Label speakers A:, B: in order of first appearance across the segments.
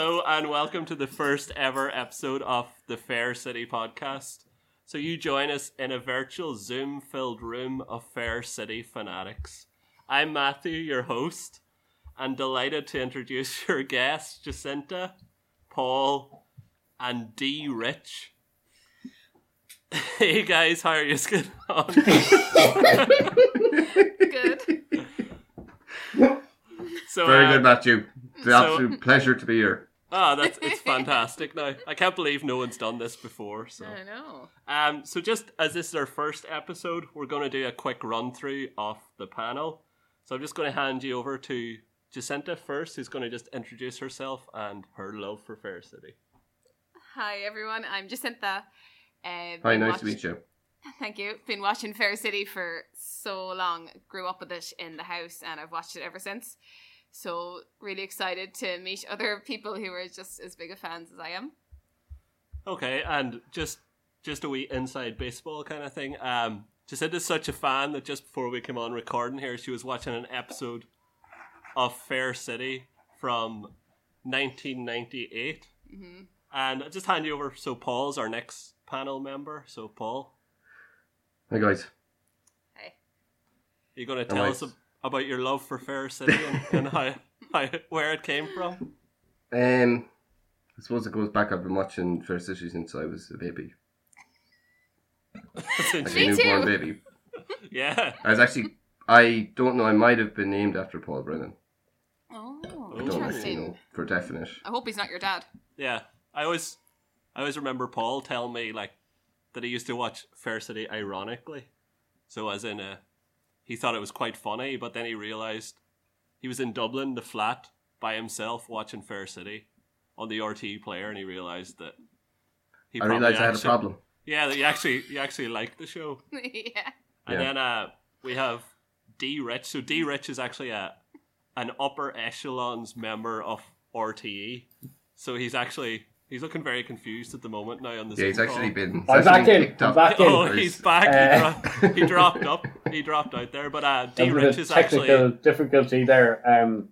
A: welcome to the first ever episode of the Fair City podcast. So, you join us in a virtual Zoom filled room of Fair City fanatics. I'm Matthew, your host, and delighted to introduce your guests, Jacinta, Paul, and D Rich. hey guys, how are you getting on?
B: Good.
A: So,
C: Very
A: uh,
C: good, Matthew. It's an
A: so-
C: absolute pleasure to be here.
A: Ah, that's it's fantastic now. I can't believe no one's done this before. So,
B: I know.
A: um, so just as this is our first episode, we're going to do a quick run through of the panel. So I'm just going to hand you over to Jacinta first, who's going to just introduce herself and her love for Fair City.
B: Hi everyone, I'm Jacinta. Uh,
C: Hi, nice to meet you.
B: Thank you. Been watching Fair City for so long. Grew up with it in the house, and I've watched it ever since. So really excited to meet other people who are just as big of fans as I am.
A: Okay, and just just a wee inside baseball kind of thing. Um, Jacinta's such a fan that just before we came on recording here, she was watching an episode of Fair City from 1998.
B: hmm
A: And I'll just hand you over. So Paul's our next panel member. So Paul,
C: Hi, guys.
B: Hey.
A: are you going to tell
C: right.
A: us ab- about your love for Fair City and, and how, how where it came from?
C: Um, I suppose it goes back. I've been watching Fair City since I was a baby, like
B: Me
C: a newborn
B: too.
C: baby.
A: yeah.
C: I was actually, I don't know. I might have been named after Paul Brennan.
B: Oh,
A: I
C: I don't
B: interesting.
C: actually know for definite.
B: I hope he's not your dad.
A: Yeah, I always, I always remember Paul telling me like that he used to watch Fair City ironically, so as in uh he thought it was quite funny, but then he realized he was in Dublin, the flat, by himself watching Fair City on the RT player, and he realized that he
C: I
A: probably
C: realised I had a
A: actually-
C: problem.
A: Yeah, that you actually you actually liked the show,
B: yeah.
A: and
C: Yeah.
A: then uh, we have D Rich. So D Rich is actually a an upper echelons member of RTE. So he's actually he's looking very confused at the moment now on this.
C: Yeah, he's actually been. he's
D: I'm
C: actually
D: back in,
C: been kicked
D: I'm
C: off-
D: back in.
A: Oh,
C: Or
A: he's
C: he's-
A: back.
D: Uh,
A: He, dro- he dropped up. He dropped out there. But uh, D
D: That was a
A: Rich is
D: technical
A: actually.
D: difficulty there. Um,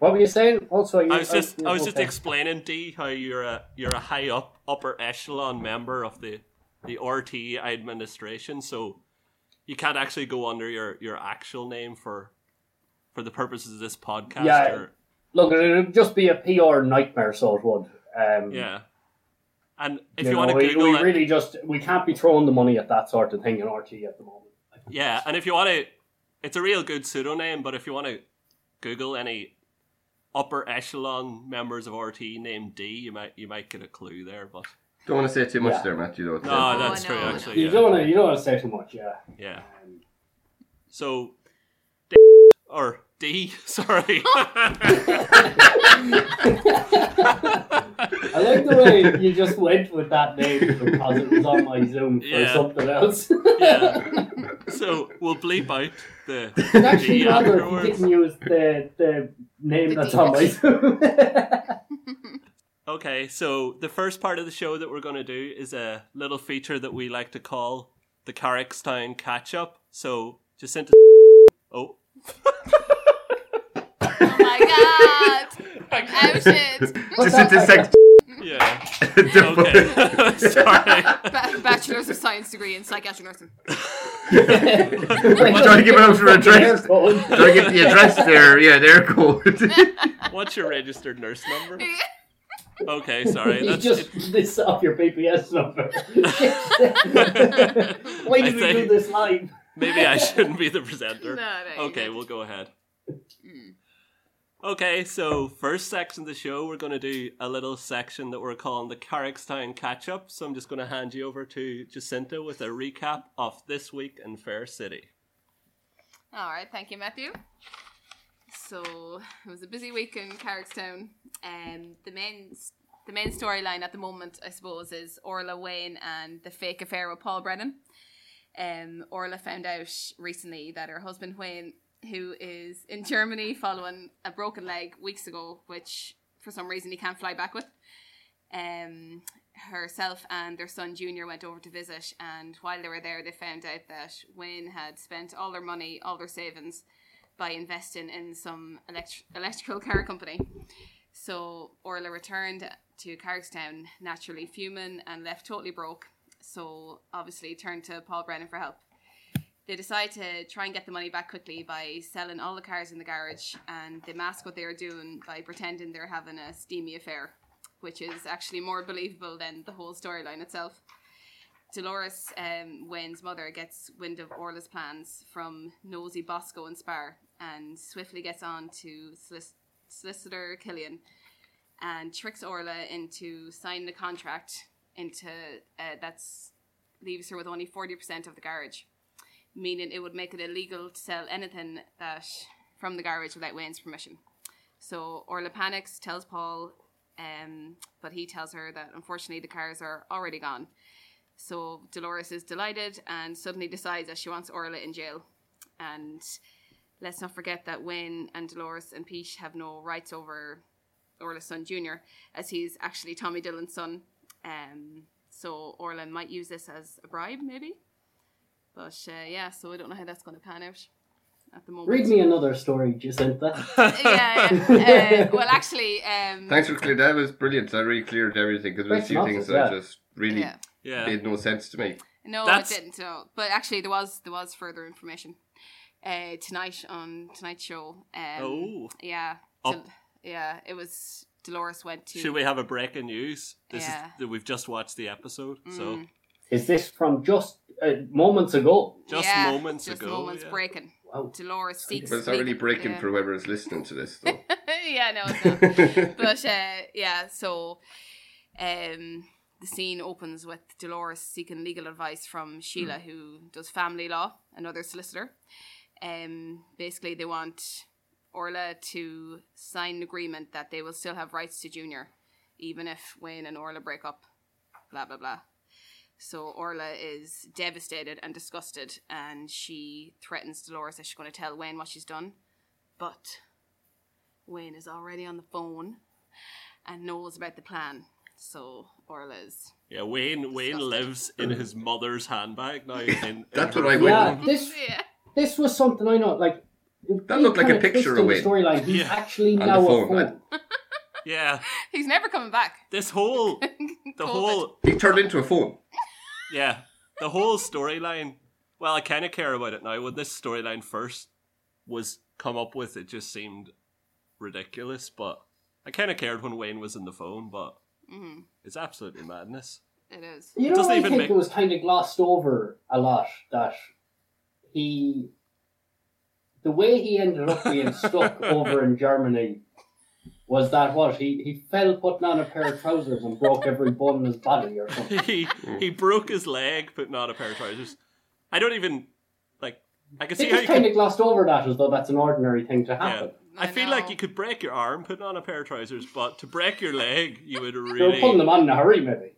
D: what were you saying? Also, you,
A: I was just I was just
D: oh, okay.
A: explaining D how you're a you're a high up upper echelon member of the the RTE administration, so you can't actually go under your your actual name for for the purposes of this podcast.
D: Yeah.
A: or,
D: Look, it would just be a PR nightmare, so it would. Um,
A: yeah. And if
D: you
A: you, want
D: know,
A: to
D: we,
A: Google
D: we
A: it,
D: really just we can't be throwing the money at that sort of thing in RT at the moment.
A: yeah, and if you want to, it's a real good pseudonym. But if you want to Google any upper echelon members of RTE named D, you might you might get a clue there. But
C: Don't want to say too much
D: Yeah.
C: there, Matthew. Though.
A: no,
B: Oh,
A: that's
B: no,
A: true.
B: no.
A: Actually,
D: You
A: yeah.
D: don't want to. You don't want to say too much. Yeah.
A: yeah.
D: Um,
A: So, D or D, sorry.
D: Um, I like the way you just went with that name because it was on my Zoom for
A: Yeah.
D: something else.
A: yeah. So we'll bleep out the
D: It's actually
A: D
D: rather if you
A: afterwards.
D: didn't use the the name
B: The
D: that's on my Zoom.
A: Okay, so the first part of the show that we're going to do is a little feature that we like to call the Carrickstown catch up. So Jacinta. Oh,
B: Oh my god! Outed.
C: Just intersect.
A: yeah. Okay. sorry.
B: Ba- Bachelor's of Science degree in psychiatric nursing.
C: Trying to give it out for a dress.
D: address.
C: Did I get the address there? Yeah, there it goes.
A: What's your registered nurse number? Okay, sorry.
D: you
A: That's
D: just
A: it.
D: this off your BPS number. Why
A: I
D: did we do
A: think-
D: this live?
A: Maybe I shouldn't be the presenter.
B: No, no, you're
A: okay,
B: good.
A: we'll go ahead.
B: Mm.
A: Okay, so first section of the show, we're going to do a little section that we're calling the Carrickstown Catch Up. So I'm just going to hand you over to Jacinta with a recap of this week in Fair City.
B: All right, thank you, Matthew. So it was a busy week in Carrickstown. Um, the main the main storyline at the moment, I suppose, is Orla Wayne and the fake affair with Paul Brennan. Um, Orla found out recently that her husband Wayne, who is in Germany following a broken leg weeks ago, which for some reason he can't fly back with, um, herself and their son Junior went over to visit, and while they were there, they found out that Wayne had spent all their money, all their savings, by investing in some elect- electrical car company. So Orla returned to Carrickstown, naturally fuming and left totally broke. So obviously turned to Paul Brennan for help. They decide to try and get the money back quickly by selling all the cars in the garage, and they mask what they are doing by pretending they're having a steamy affair, which is actually more believable than the whole storyline itself. Dolores, um, Wayne's mother, gets wind of Orla's plans from nosy Bosco and Spar and swiftly gets on to solic- solicitor Killian and tricks Orla into signing the contract into uh, that's leaves her with only 40% of the garage, meaning it would make it illegal to sell anything that from the garage without Wayne's permission. So Orla panics, tells Paul, um, but he tells her that unfortunately the cars are already gone. So Dolores is delighted and suddenly decides that she wants Orla in jail. And let's not forget that Wayne and Dolores and Peach have no rights over Orla's son Jr., as he's actually Tommy Dillon's son. Um, so Orla might use this as a bribe, maybe. But uh, yeah, so I don't know how that's going to pan out at the moment.
D: Read me another story, Jacinta.
B: yeah, yeah. Uh, well, actually, um,
C: Thanks for clearing that. was brilliant. That really cleared everything because there was a
D: Thanks
C: few
D: lots
C: things
D: as
C: that
D: well.
C: just really
B: yeah.
A: Yeah.
C: made no sense to me.
B: No,
A: That's-
B: it didn't. No, but actually, there was there was further information uh, tonight on tonight's show. Um,
A: oh.
B: yeah,
A: Oh.
B: Del- yeah. It was Dolores went to.
A: Should we have a break in news? This
B: Yeah.
A: is we've just watched the episode, so
B: Mm.
D: Is this from just uh, moments ago?
A: just
B: Yeah,
A: moments
B: just
A: ago.
B: moments
A: yeah.
B: breaking.
D: Wow.
B: Dolores seeks.
C: But it's not really
B: legal-
C: breaking
B: yeah.
C: for whoever is listening to this, though.
B: yeah, no, it's not. but uh, yeah, so um, the scene opens with Dolores seeking legal advice from Sheila, who does family law, another solicitor. Um, basically, they want Orla to sign an agreement that they will still have rights to Junior, even if Wayne and Orla break up. Blah blah blah. So Orla is devastated and disgusted, and she threatens Dolores that she's going to tell Wayne what she's done. But Wayne is already on the phone and knows about the plan. So Orla's.
A: Yeah, Wayne Wayne
B: Disgusting.
A: lives in his mother's handbag now. In,
C: That's
A: in
C: what I
A: her-
C: would-
D: Yeah,
C: Wait.
D: this
B: Yeah.
D: this was something I know. Like
C: That looked like a
D: kinda
C: picture
D: twisting
C: away.
D: Storyline. He's
A: Yeah.
D: actually
C: On
D: now
C: the
D: a
C: phone.
D: phone.
A: Yeah,
B: He's never coming back.
A: this whole the whole
C: He turned into a phone.
A: yeah the whole storyline. Well, I kind of care about it now. When this storyline first was come up with, it just seemed ridiculous. But I kind of cared when Wayne was in the phone. But
B: Mhm,
A: it's absolutely madness.
B: it is.
D: You know,
A: doesn't
D: I
A: even
D: think
A: make-
D: it was kind of glossed over a lot that he, the way he ended up being stuck over in Germany, was that what he he fell putting on a pair of trousers and broke every bone in his body or something.
A: he he broke his leg, but not a pair of trousers. I don't even like. I can see
D: They
A: how you
D: just kind
A: could.
D: of glossed over that as though that's an ordinary thing to happen.
A: I feel like you
B: know.
A: could break your arm putting on a pair of trousers, but to break your leg, you would
D: They were putting
A: really.
D: them on in a hurry, maybe.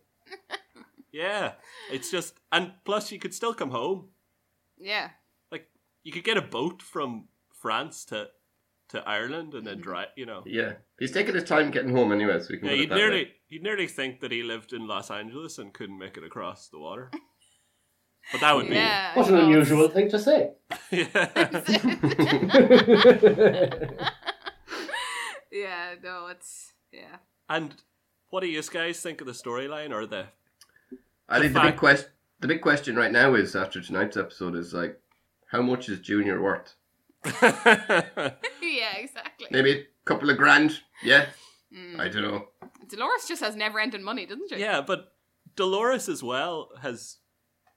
A: Yeah, it's just, and plus you could still come home.
B: Yeah.
A: You could get a boat from France to to Ireland and then
B: Mm-hmm.
A: drive. You know,
C: Yeah. He's taking his time getting home anyway, so we can
A: yeah,
C: put it
A: you'd
C: that way.
A: nearly you'd nearly think that he lived in Los Angeles and couldn't make it across the water. But that
C: Oh,
A: would be
B: Yeah.
D: What an
B: no,
D: unusual thing to say.
A: yeah.
B: it's-
D: I
B: yeah, no, it's. Yeah.
A: And what do you guys think of the storyline or the
C: I
A: The
C: think the
A: fact-
C: big question, the big question right now is after tonight's episode is like, how much is Junior worth?
B: yeah, exactly.
C: Maybe a couple of grand. Yeah,
B: Mm.
C: I don't know.
B: Dolores just has never ending money, doesn't she?
A: Yeah, but Dolores as well has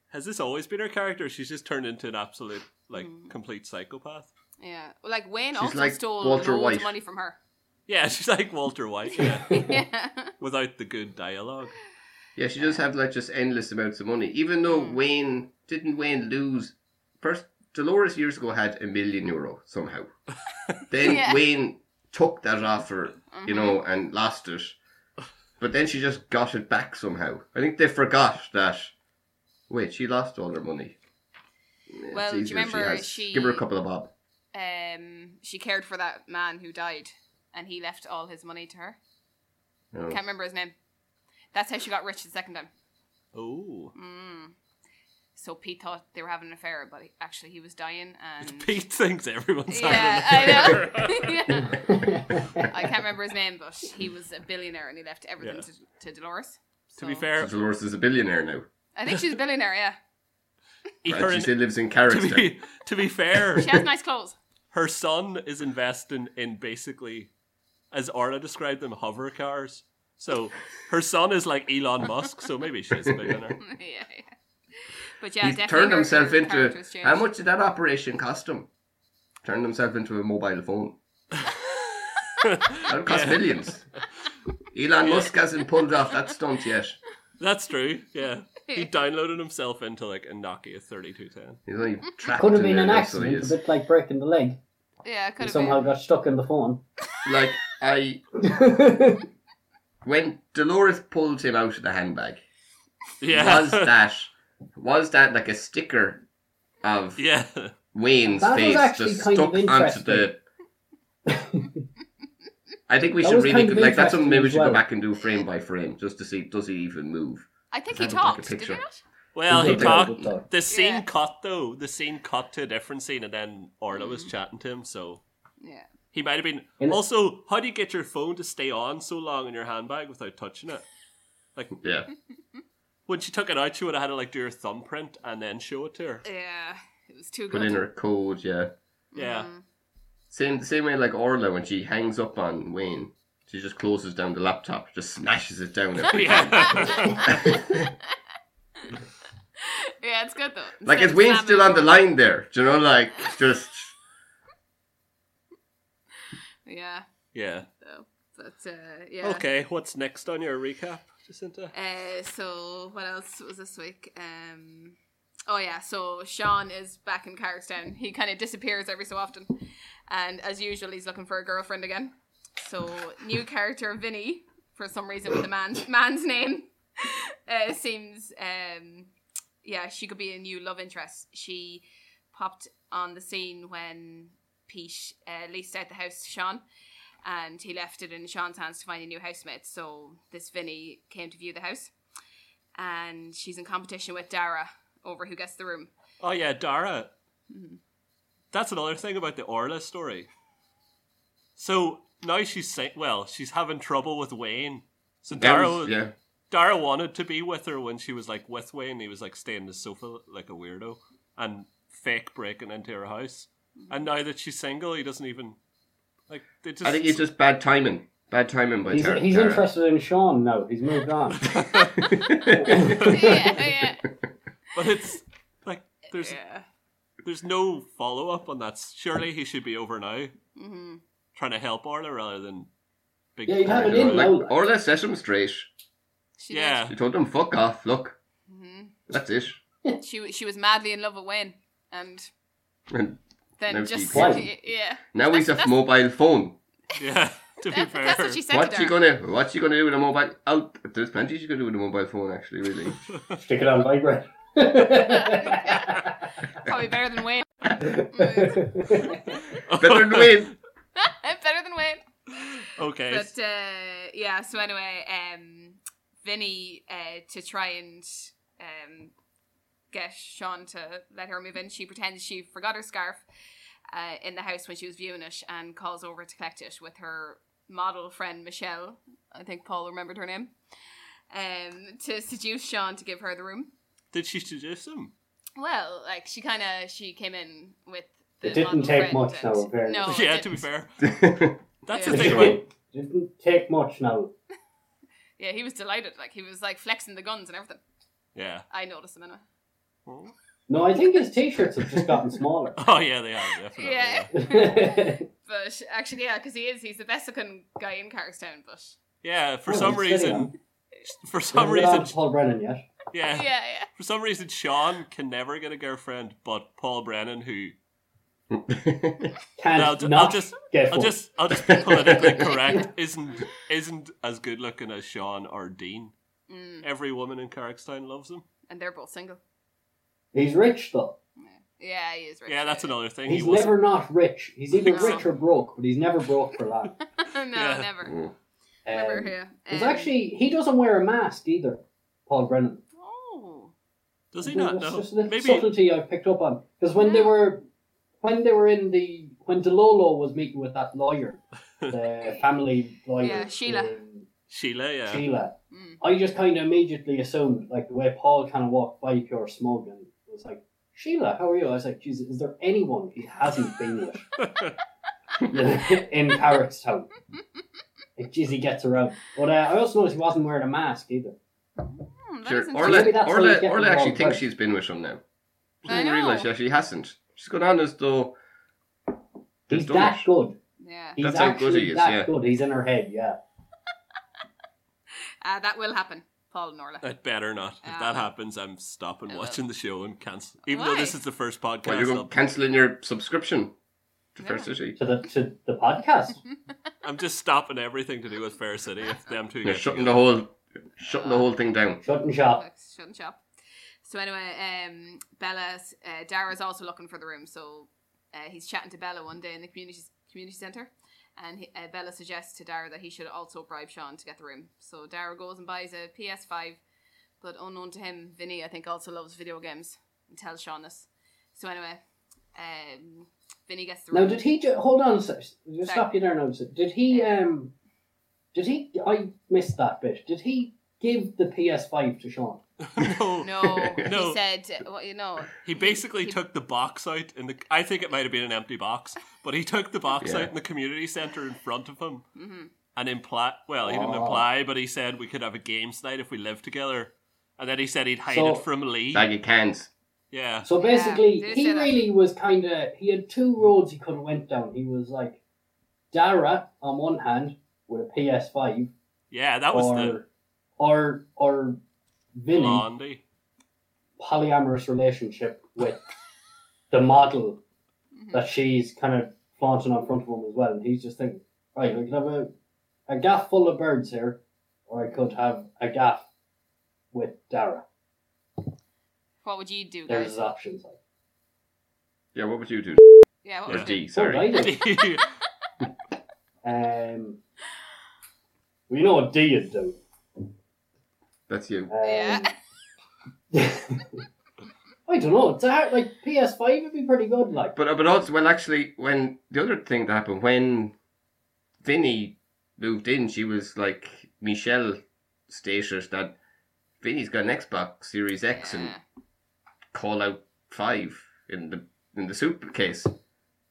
A: has this always been her character? She's just turned into an absolute like
B: Mm.
A: complete psychopath.
B: Yeah. Well, like Wayne
C: She's
B: also
C: like
B: stole
C: Walter
B: loads
C: White.
B: of money from her.
A: Yeah, she's like Walter White, yeah,
B: yeah.
A: without the good dialogue.
C: Yeah, she does have like just endless amounts of money. Even though
B: Mm.
C: Wayne didn't Wayne lose first. Dolores years ago had a million euro somehow. then
B: Yeah.
C: Wayne took that offer, you
B: Mhm.
C: know, and lost it. But then she just got it back somehow. I think they forgot that. Wait, she lost all her money. Yeah, it's
B: Well, do you
C: easier if
B: remember
C: has-
B: she-
C: Give her a couple of bob.
B: Um, she cared for that man who died, and he left all his money to her.
C: No.
B: Can't remember his name. That's how she got rich the second time.
A: Oh.
B: Mm. So Pete thought they were having an affair, but he, actually he was dying. And
A: Pete thinks everyone's
B: yeah,
A: having an affair.
B: I know. yeah.
D: I
B: I can't remember his name, but he was a billionaire and he left everything
A: Yeah.
B: to, to Dolores.
A: To be
B: So-
A: fair,
C: Dolores is a billionaire now.
B: I think she's a billionaire. Yeah,
C: And
A: her
C: she
A: in-
C: still lives in
A: to
C: Carrickstown.
A: be to be fair,
B: she has nice clothes.
A: her son is investing in basically, as Arda described them, hover cars. So her son is like Elon Musk. So maybe she's a billionaire.
B: yeah, yeah. But yeah,
C: He's
B: definitely
C: turned
B: her
C: himself
B: character
C: into.
B: has changed.
C: How much did that operation cost him? Turned himself into a mobile phone. That cost millions. Elon Musk hasn't pulled off that stunt yet.
A: That's true. Yeah, he downloaded himself into like a Nokia thirty-two ten.
C: He's only trapped
D: Could have
C: in
D: been
C: there
D: an
C: now, so he
D: accident, a
C: is.
D: bit like breaking the leg.
B: Yeah, could have
D: Somehow
B: been.
D: got stuck in the phone.
C: Like I, when Dolores pulled him out of the handbag,
A: Yeah,
C: was that was that like a sticker of
A: yeah.
C: Wayne's
D: That was
C: face
D: actually
C: just
D: kind of
C: stuck onto the. I think we
D: That
C: should
D: was
C: really
D: kind of
C: like that's something maybe we
D: interesting
C: should
D: as
C: go
D: well.
C: back and do frame by frame just to see does he even move.
B: I think he
C: Let's have a look
B: talked.
C: at
B: Did he
C: picture.
B: not?
A: Well,
D: He's
A: he
D: a dog,
A: talked.
D: good dog.
A: The scene
B: Yeah.
A: cut though. The scene cut to a different scene, and then Arda
B: Mm-hmm.
A: was chatting to him. So
B: Yeah.
A: He might have been.
D: And-
A: also, how do you get your phone to stay on so long in your handbag without touching it? Like
C: Yeah,
A: when she took it out, she would have had to like do her thumbprint and then show it to her.
B: Yeah, it was too good.
C: put in her code. Yeah,
A: Yeah,
B: Mm.
C: same same way like Orla when she hangs up on Wayne, she just closes down the laptop, just smashes it down. Every time.
A: yeah.
B: Yeah, it's good though.
C: Like
B: Instead
C: is
B: of
C: Wayne
B: slamming
C: still on
B: the
C: the line there? Do you know, like just
B: door. Yeah.
A: yeah.
B: So, but uh, yeah.
A: Okay, what's next on your recap, Jacinta?
B: Uh, so what else was this week? Um, oh yeah, so Sean is back in Carrickstown. He kind of disappears every so often, and as usual, he's looking for a girlfriend again. So new character Vinny, for some reason with the man man's name, uh, seems um, yeah she could be a new love interest. She popped on the scene when Pete uh, leased out the house to Sean and he left it in Sean's hands to find a new housemate. So this Vinny came to view the house, and she's in competition with Dara over who gets the room.
A: Oh yeah, Dara. That's another thing about the Orla story. So now she's saying, well, she's having trouble with Wayne. So Dara,
C: That was- yeah.
A: Dara wanted to be with her when she was like with Wayne. He was like staying on the sofa like a weirdo and fake breaking into her house. And now that she's single, he doesn't even like. They just,
C: I think it's just bad timing. Bad timing by
D: he's
C: Tara.
D: he's
C: Tara.
D: interested in Sean now. He's moved on.
B: yeah, yeah,
A: but it's like there's
B: yeah.
A: there's no follow up on that. Surely he should be over now,
B: Mhm.
A: trying to help Orla rather than. Big
D: Yeah, you'd have it in
A: Orla.
D: now.
C: like, or let's set him straight.
B: She
A: Yeah,
C: She told him, "Fuck off. Look,
B: Mm-hmm.
C: that's it."
B: She w- she was madly in love with Wayne, and
C: And
B: then
C: Now she
B: just
D: quit.
B: yeah.
C: now he's a
B: That's-
C: mobile phone.
A: yeah. To be
B: That's,
A: fair,
B: that's what she said
C: What's
B: to
C: she
B: Dara.
C: gonna? What's she gonna do with a mobile? Oh, there's plenty she could do with a mobile phone, actually. Really.
D: Stick it on vibrate.
B: Probably better than Wayne. Mm.
C: Better than Wayne.
B: better than Wayne.
A: okay,
B: But uh, yeah, so anyway, um, Vinny uh, to try and um, get Sean to let her move in, she pretends she forgot her scarf uh, in the house when she was viewing it and calls over to collect it with her model friend Michelle. I think Paul remembered her name. Um, to seduce Sean to give her the room.
A: did she seduce him?
B: Well, like she kind of she came in with. The
D: It didn't
B: model
D: take
B: friend
D: much,
B: and-
D: though, very
B: No,
D: much.
B: it
A: yeah, to be
B: didn't.
A: fair,
C: Mm.
A: that's
B: Yeah.
A: the thing about
D: It Didn't take much now.
B: Yeah, he was delighted. Like he was like flexing the guns and everything.
A: yeah.
B: I noticed him anyway.
D: No, I think his t-shirts have just gotten smaller.
A: Oh yeah, they are definitely.
B: Yeah.
A: Yeah,
D: He's
B: But actually, yeah, because he is. He's the best looking guy in Carrickstown, but.
A: Yeah, for
D: Oh,
A: some
D: it's
A: reason,
D: fitting.
A: for some
D: not
A: reason,
D: on to Paul Brennan yet.
A: yeah,
B: Yeah, yeah.
A: for some reason, Sean can never get a girlfriend, but Paul Brennan, who
D: Can't
A: And I'll, ju-
D: not
A: I'll just,
D: get
A: I'll
D: one.
A: just, I'll just be politically correct, isn't isn't as good looking as Sean or Dean.
B: Mm,
A: Every woman in Carrickstown loves him.
B: and they're both single.
D: He's rich though.
B: Yeah, he is rich.
A: Yeah, that's another thing.
D: He's
A: he was
D: never not rich. He's either
B: No.
D: rich or broke, but he's never broke for long.
B: no,
A: Yeah.
B: never.
C: Mm.
B: Never,
D: Um,
B: yeah.
D: There's
B: Um,
D: actually he doesn't wear a mask either, Paul Brennan.
B: Oh.
A: Does he
D: There
A: not
D: was
A: know?
D: just a little
A: Maybe
D: subtlety I picked up on because when they
B: Yeah.
D: were when they were in the when Delolo was meeting with that lawyer, the family lawyer,
B: Yeah, Sheila.
D: um,
A: Sheila. Yeah.
D: Sheila,
B: Mm.
D: I just kind of immediately assumed like the way Paul kind of walked by pure smug and was like, Sheila, how are you? I was like, Jesus, is there anyone he hasn't been with in Carrickstown? Like, geez, he gets around. But uh, I also noticed he wasn't wearing a mask either.
B: Hmm, that
C: Sure.
B: is
D: Or let-
C: Orla,
D: Maybe that's how
C: Orla,
D: he's getting
C: Orla
D: the
C: actually
D: wrong
C: thinks
D: price.
C: she's been with him now. She
B: I
C: doesn't realise
B: know.
C: she actually hasn't. She's gone on as though. there's
D: He's
C: done
D: that
C: it.
D: good.
B: Yeah,
D: He's
C: That's how good
D: actually
C: he is,
D: that
C: yeah.
D: good. He's in her head, yeah.
B: uh, that will happen, Paul and Orla.
A: It better not. If
B: Um,
A: that happens, I'm stopping
B: I will.
A: watching the show and cancel. Even though
B: Why?
A: this is the first podcast,
C: Well, you're
A: I'll-
C: going cancelling your subscription to
B: Yeah.
C: Fair City.
D: To the to the podcast.
B: Mm-hmm.
A: I'm just stopping everything to do with Fair City if them two
C: You're
A: get
C: shutting the whole, shutting
B: Uh,
C: the whole thing down.
D: Shut and shop.
B: Like, Shut and shop. So anyway, um, Bella, uh, Dara's also looking for the room. So uh, he's chatting to Bella one day in the community community center, and he, uh, Bella suggests to Dara that he should also bribe Sean to get the room. So Dara goes and buys a PS5, but unknown to him, Vinny I think also loves video games and tells Sean this. So anyway, um, Vinny gets the room.
D: Now, did he ju- hold on? a sec, Just
B: Sorry.
D: stop you there, now. sir. Did he? Um, did he? I missed that bit. Did he give the PS5 to Sean?
A: together. no,
B: No,
A: No.
B: he said, uh, "Well, you know,
A: He basically
B: He-
A: took the box out, and the, I think it might have been an empty box, but he took the box
C: Yeah.
A: out in the community center in front of him
B: mhm,
A: and implied. Well, he didn't
D: Oh.
A: imply, but he said we could have a games night if we lived together, and then he said he'd hide
D: So-
A: it from Lee.
C: Like you can't.
A: yeah,
D: So
B: Yeah,
D: basically,
B: did
D: he
B: say that.
D: really was kind of. He had two roads he could have went down. He was like Dara on one hand with a PS5,
A: yeah, that was
D: or
A: the
D: or or Vinny
A: Blondie.
D: polyamorous relationship with the model
B: mhm.
D: that she's kind of flaunting on front of him as well. And he's just thinking, right, I could have a, a gaff full of birds here, or I could have a gaff with Dara.
B: what would you do,
D: There's
B: guys?
D: his options. Like,
C: Yeah, what would you do?
B: Yeah, what
C: Or
B: would you do?
C: D, sorry.
D: What would I do? Um, we know what D would do.
C: That's you.
D: Um,
B: Yeah.
D: I don't know. It's a hard, like PS5 would be pretty good. Like,
C: But but also, well, actually, when the other thing that happened when Vinny moved in, she was like Michelle stated that Vinny's got an Xbox Series X and
B: Yeah.
C: call out five in the in the suitcase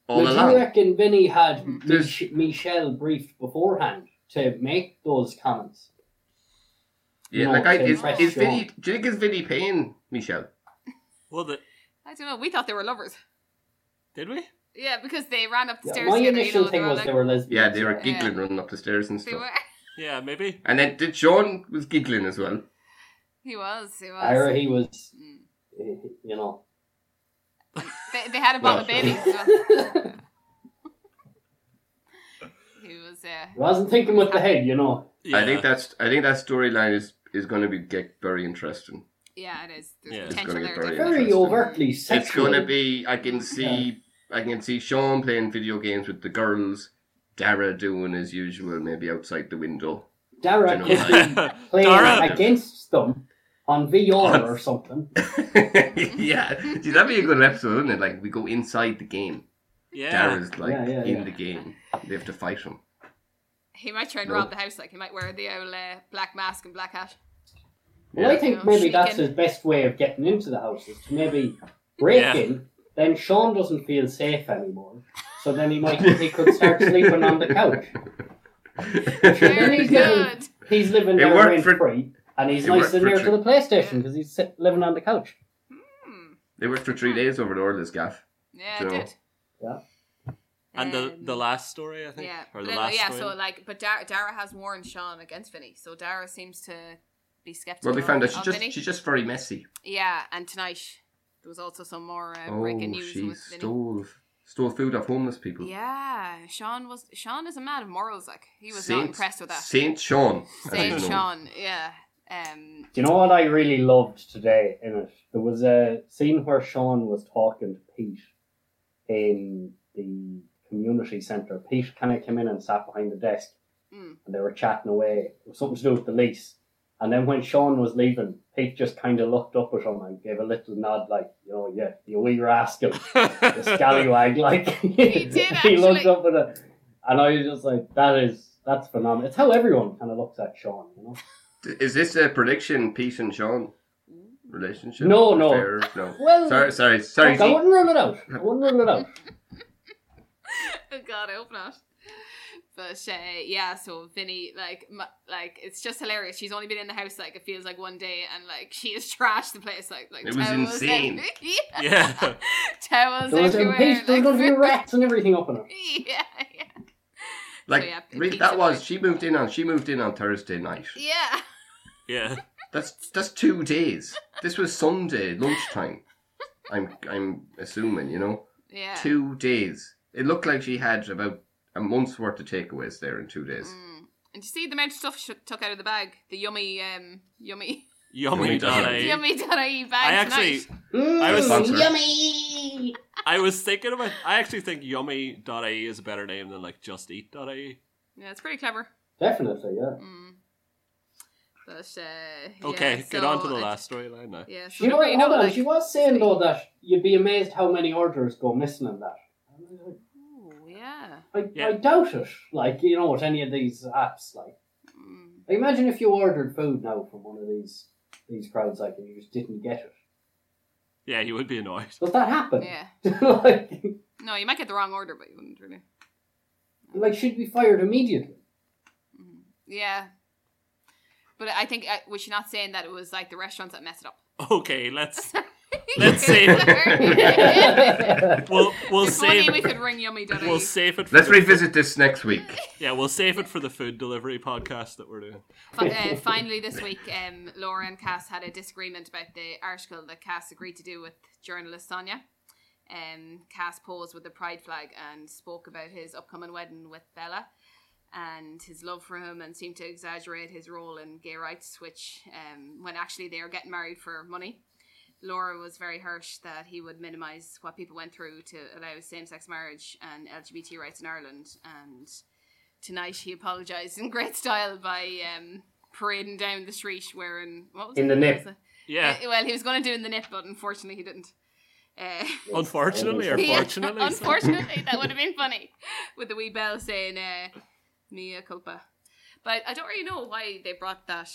C: all
D: now, do you
C: along.
D: reckon Vinny
C: Mm,
D: had
B: Mhm.
D: Mich- Michelle briefed beforehand to make those comments?
C: Yeah,
D: No,
C: like I,
D: to
C: is,
D: impress
C: is
D: Sean.
C: Vinny? Do you think is Vinny paying Michelle?
A: well, the,
B: I don't know. We thought they were lovers.
A: did we?
B: Yeah, because they ran up the
D: Yeah,
B: stairs
D: my
B: together.
D: initial
B: you know, they
D: thing
B: were
D: was
B: like,
D: they were lesbians.
C: Yeah, they were
B: Yeah.
C: giggling running up the stairs and
B: they
C: stuff.
B: were.
A: Yeah, maybe.
C: And then did Sean was giggling as well.
B: He was. He was.
D: Ira, he was,
B: Mm.
D: eh, you know.
B: They, they had a bottle of
C: Well.
B: babies. as well.
D: he
B: He was. Uh,
D: wasn't thinking with the head, you know.
A: Yeah.
C: I think that's I think that storyline is is going to be get very interesting.
B: yeah, it is. There's
A: Yeah. It's
B: potential
C: gonna
B: there.
C: get very
B: definitely.
D: Very
C: Interesting.
D: overtly sexual.
C: It's going to be. I can see. I can see Sean playing video games with the girls. Dara doing as usual, maybe outside the window.
D: Dara
C: Do you know
D: could be
A: Yeah.
D: playing
A: Dara,
D: against them on VR or something.
C: yeah, see that'd be a good episode, wouldn't it? Like we go inside the game.
A: yeah,
C: Dara's like
D: Yeah, yeah,
C: in
D: yeah.
C: the game. They have to fight him.
B: He might try and
C: No.
B: rob the house. Like he might wear the old uh, black mask and black hat.
D: Well, I
C: Yeah.
B: You
D: think
B: know,
D: maybe that's
B: sneaking.
D: his best way of getting into the house is to maybe break
A: Yeah.
D: in. Then Sean doesn't feel safe anymore, so then he might he could start sleeping on the couch.
B: Very good.
D: He's living
C: It
D: there
C: worked
D: rent
C: for-
D: free, and he's
C: it
D: nice
C: worked
D: and
C: for
D: near to
C: Tri-
D: the PlayStation because he's sit, living on the couch.
B: Hmm.
C: they worked for three days over at Orla's gaff.
B: Yeah,
C: So-
B: it did.
D: Yeah.
A: and the
B: Um,
A: the last story I think,
B: Yeah,
A: or the
B: But, uh,
A: last
B: yeah.
A: story.
B: So like, but Dara, Dara has warned Sean against Vinny, so Dara seems to be skeptical.
C: Well, we found
B: of-
C: out she's
B: of
C: just
B: Oh, Vinny.
C: she's just very messy.
B: Yeah, and tonight there was also some more uh,
C: Oh,
B: breaking news
C: she
B: with Vinny.
C: stole stole food off homeless people.
B: Yeah, Sean was Sean is a man of morals. Like he was
C: Saint-
B: not impressed with that.
C: Saint Sean. as
B: Saint
C: he's known.
B: Sean, yeah. Um,
D: Do you know what I really loved today in it? There was a scene where Sean was talking to Pete in the community centre. Pete kind of came in and sat behind the desk
B: Mm.
D: and they were chatting away. It was something to do with the lease. And then when Sean was leaving, Pete just kind of looked up at him and gave a little nod, like, you know, yeah, you wee rascal, the scallywag. Like,
B: He did
D: he looked
B: actually.
D: up at it. And I was just like, that is, that's phenomenal. It's how everyone kind of looks at Sean, you know?
C: D- Is this a prediction, Pete and Sean relationship?
D: No, no.
C: Affair? no.
D: Well,
C: Sorry, sorry, sorry.
D: look, I wouldn't rule it out. I wouldn't rule it out.
B: Oh God, I hope not. But uh, yeah, so Vinny, like, m like it's just hilarious. She's only been in the house like it feels like one day, and like she has trashed the place. Like, like
C: It was
B: towels
C: insane.
B: every-
A: yeah.
B: towels
D: There was,
B: everywhere.
D: Pete, there was going to be
B: like-
D: rats and everything up in it.
B: yeah, yeah,
C: Like
B: So, yeah,
C: re-
B: Pete's
C: that was
B: away.
C: she moved in on she moved in on Thursday night.
B: yeah.
A: Yeah.
C: That's that's two days. This was Sunday lunchtime. I'm I'm assuming you know
B: Yeah.
C: two days. It looked like she had about a month's worth of takeaways there in two days.
B: Mm. And you see the amount of stuff she took out of the bag, the yummy, um, yummy,
A: Yummy
C: done.
A: Daddy.
B: yummy that I eat bag.
A: I actually
B: tonight.
A: I was-
D: Mm,
C: Sponsor.
D: yummy.
A: I was thinking about I actually think yummy.ie is a better name than like just eat.ie.
B: yeah, it's pretty clever.
D: Definitely, yeah.
B: Mm. But uh,
A: Okay,
B: yeah,
A: get
B: so
A: on to the
B: it-
A: last storyline now.
B: Yeah, so
D: You know,
B: don't
D: what,
B: really
D: hold on,
B: like-
D: she was saying though that you'd be amazed how many orders go missing in that.
B: Ooh, yeah.
D: I,
A: Yeah.
D: I doubt it. Like you know, with any of these apps, like
B: Mm.
D: like, imagine if you ordered food now from one of these these crowds, like and you just didn't get it.
A: Yeah, you would be annoyed.
D: Does that happen?
B: Yeah.
D: like,
B: No, you might get the wrong order, but you wouldn't really.
D: like she'd be fired immediately.
B: Mm. Yeah. But I think uh, was she not saying that it was like the restaurants that messed it up?
A: Okay, let's Let's see. we'll we'll
B: if
A: save
B: only we could ring Yummy Daddy.
A: we'll save it for
C: Let's
A: the,
C: revisit this next week.
A: Yeah, we'll save it for the food delivery podcast that we're doing.
B: Fi- uh, finally, this week, um, Laura and Cass had a disagreement about the article that Cass agreed to do with journalist Sonia. Um, Cass posed with the pride flag and spoke about his upcoming wedding with Bella and his love for him and seemed to exaggerate his role in gay rights, which, um, when actually they are getting married for money. Laura was very harsh that he would minimise what people went through to allow same sex marriage and LGBT rights in Ireland and tonight he apologized in great style by um, parading down the street wearing what was
D: In
B: it?
D: the nip.
B: What was it?
A: Yeah.
B: Uh, well, he was going to do in the nip, but unfortunately he didn't. Uh,
A: Unfortunately or
B: yeah,
A: fortunately?
B: unfortunately, that would have been funny with the wee bell saying uh, "mea culpa," but I don't really know why they brought that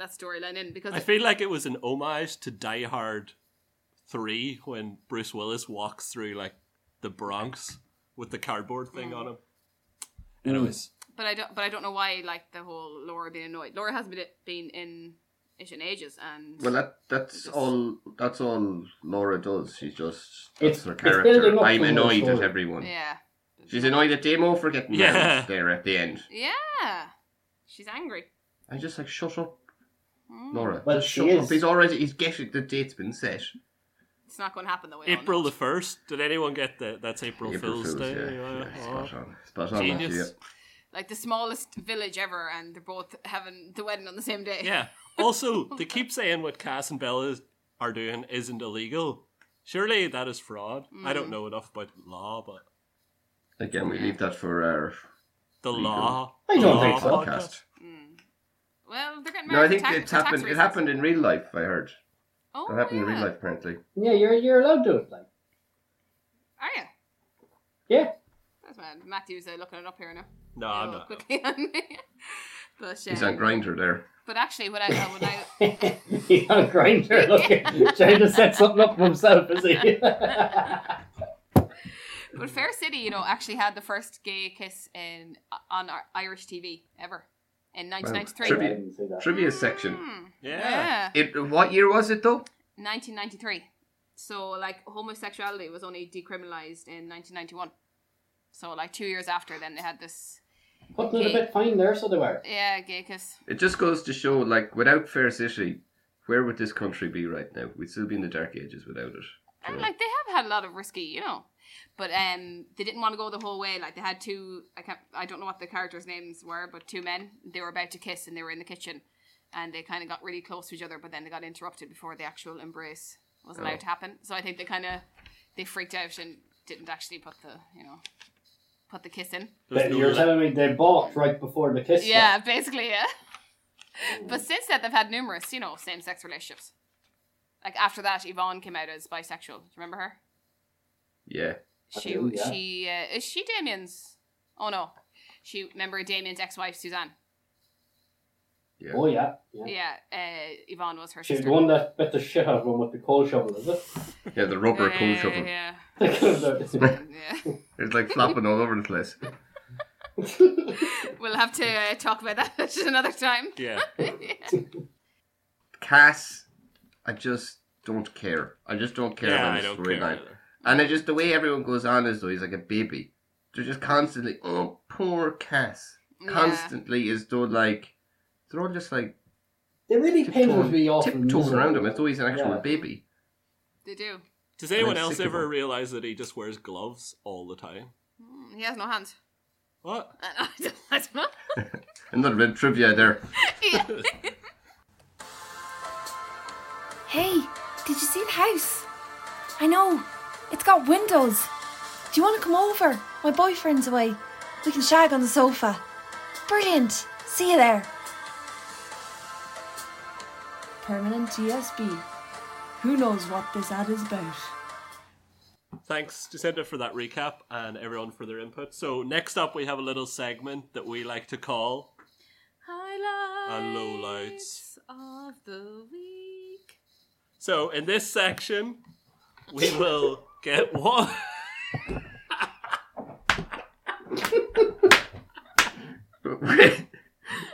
B: that storyline in because
A: I
B: it-
A: feel like it was an homage to Die Hard 3 when Bruce Willis walks through like the Bronx with the cardboard thing on him.
B: Mm-hmm.
A: Anyways,
B: But I don't. But I don't know why. Like the whole Laura being annoyed. Laura hasn't been, been in it in ages, and
C: Well, that that's all. That's all Laura does. She's just that's
D: It's-
C: her
D: it's building
C: character.
D: up
C: I'm
D: to her
C: annoyed at
D: story.
C: everyone.
B: yeah,
C: She's annoyed at Demo for getting
A: Yeah.
C: married there at the end.
B: yeah, she's angry.
C: I'm just like, shut up,
B: Mm.
C: Laura.
D: Well,
C: just
D: she
C: shut
D: is.
C: up. He's already. He's getting the date's been set.
B: It's not going to happen the way.
A: April the 1st. Did anyone get that? That's April, Fool's Day.
C: Yeah,
A: Yeah,
C: yeah,
A: oh.
C: spot on. Spot on.
A: Genius.
C: actually,
B: like the smallest village ever, and they're both having the wedding on the same day.
A: Yeah. Also, they keep saying what Cass and Bella are doing isn't illegal. Surely that is fraud. I don't know enough about law, but
C: yeah. Again, we leave that for uh, our
A: the
C: Legal.
A: law.
D: I don't
A: the
D: think so.
A: law
C: podcast.
B: Mm. Well, they're getting
C: No, I think
B: married. for tax-
C: it's
B: for tax
C: happened. It
B: reasons.
C: happened in real life. I heard.
B: Oh,
C: It happened in real
B: yeah.
C: life, apparently.
D: Yeah, you're you're allowed to do it. Like,
B: Are you?
D: yeah,
B: That's mad. Matthew's uh, looking it up here now.
A: No,
B: Oh,
A: I'm not.
B: quickly on me. But
C: He's
B: uh,
C: on grinder there.
B: but actually, what I uh, what I
D: he's on Grinder looking, trying to set something up for himself, is he?
B: But Fair City, you know, actually had the first gay kiss in uh, on our Irish TV ever in 1993.
C: Trivia.
D: I didn't see that.
C: Trivia section.
B: Hmm. Yeah.
A: Yeah.
C: It. What year was it though?
B: 1993. So like homosexuality was only decriminalized in 1991. So like two years after, then they had this
D: Putting it a bit fine there, so they were.
B: yeah gay kiss.
C: It just goes to show, like, without Fair City, where would this country be right now? We'd still be in the dark ages without it.
B: And
C: Yeah.
B: like they have had a lot of risky, you know. But um, they didn't want to go the whole way. Like they had two, I can't, I don't know what the characters' names were, but two men. They were about to kiss, and they were in the kitchen, and they kind of got really close to each other. But then they got interrupted before the actual embrace was allowed
C: Oh.
B: to happen. So I think they kind of they freaked out and didn't actually put the, you know, put the kiss in.
A: There's
D: But
A: no
D: you're
A: li-
D: telling me they balked right before the kiss?
B: Yeah, basically, yeah. But since then, they've had numerous, you know, same sex relationships. Like after that, Yvonne came out as bisexual. Do you remember her?
C: Yeah.
B: She
D: do, yeah.
B: she uh, is she Damien's? Oh no, she remember Damien's ex-wife Suzanne.
C: Yeah.
D: Oh yeah, yeah.
B: Yeah, uh, Yvonne was her
D: She's
B: sister.
D: the one that bit the shit out of him with the coal shovel, is it?
C: Yeah, the rubber
B: yeah,
C: coal shovel.
B: Yeah,
D: The-
B: yeah.
C: It's like flopping all over the place.
B: we'll have to uh, talk about that another time.
A: Yeah.
C: Cass, I just don't care. I just don't care
A: yeah,
C: about
A: I
C: the
A: don't care.
C: storyline.
A: either.
C: And I just the way everyone goes on is though he's like a baby. They're just constantly oh poor Cass.
B: Yeah.
C: Constantly is though like they're all just like
D: They really painted me
C: tiptoeing
D: off. and
C: tiptoeing around him as though
D: miserable.
C: he's an actual
D: Yeah.
C: baby.
B: They do.
A: Does anyone
C: I'm
A: else
C: sick of
A: ever
C: him.
A: realize that he just wears gloves all the time?
B: Mm, He has no hands.
A: What?
B: I don't, I don't know.
C: Another bit of trivia there.
B: Yeah.
E: Hey, did you see the house? I know, it's got windows. Do you want to come over? My boyfriend's away. We can shag on the sofa. Brilliant. See you there. Permanent GSB. Who knows what this ad is about?
A: Thanks, Jacinda, for that recap and everyone for their input. So, next up, we have a little segment that we like to call
B: Highlights
A: And lowlights.
B: of the week.
A: So in this section, we will get one.
C: Where-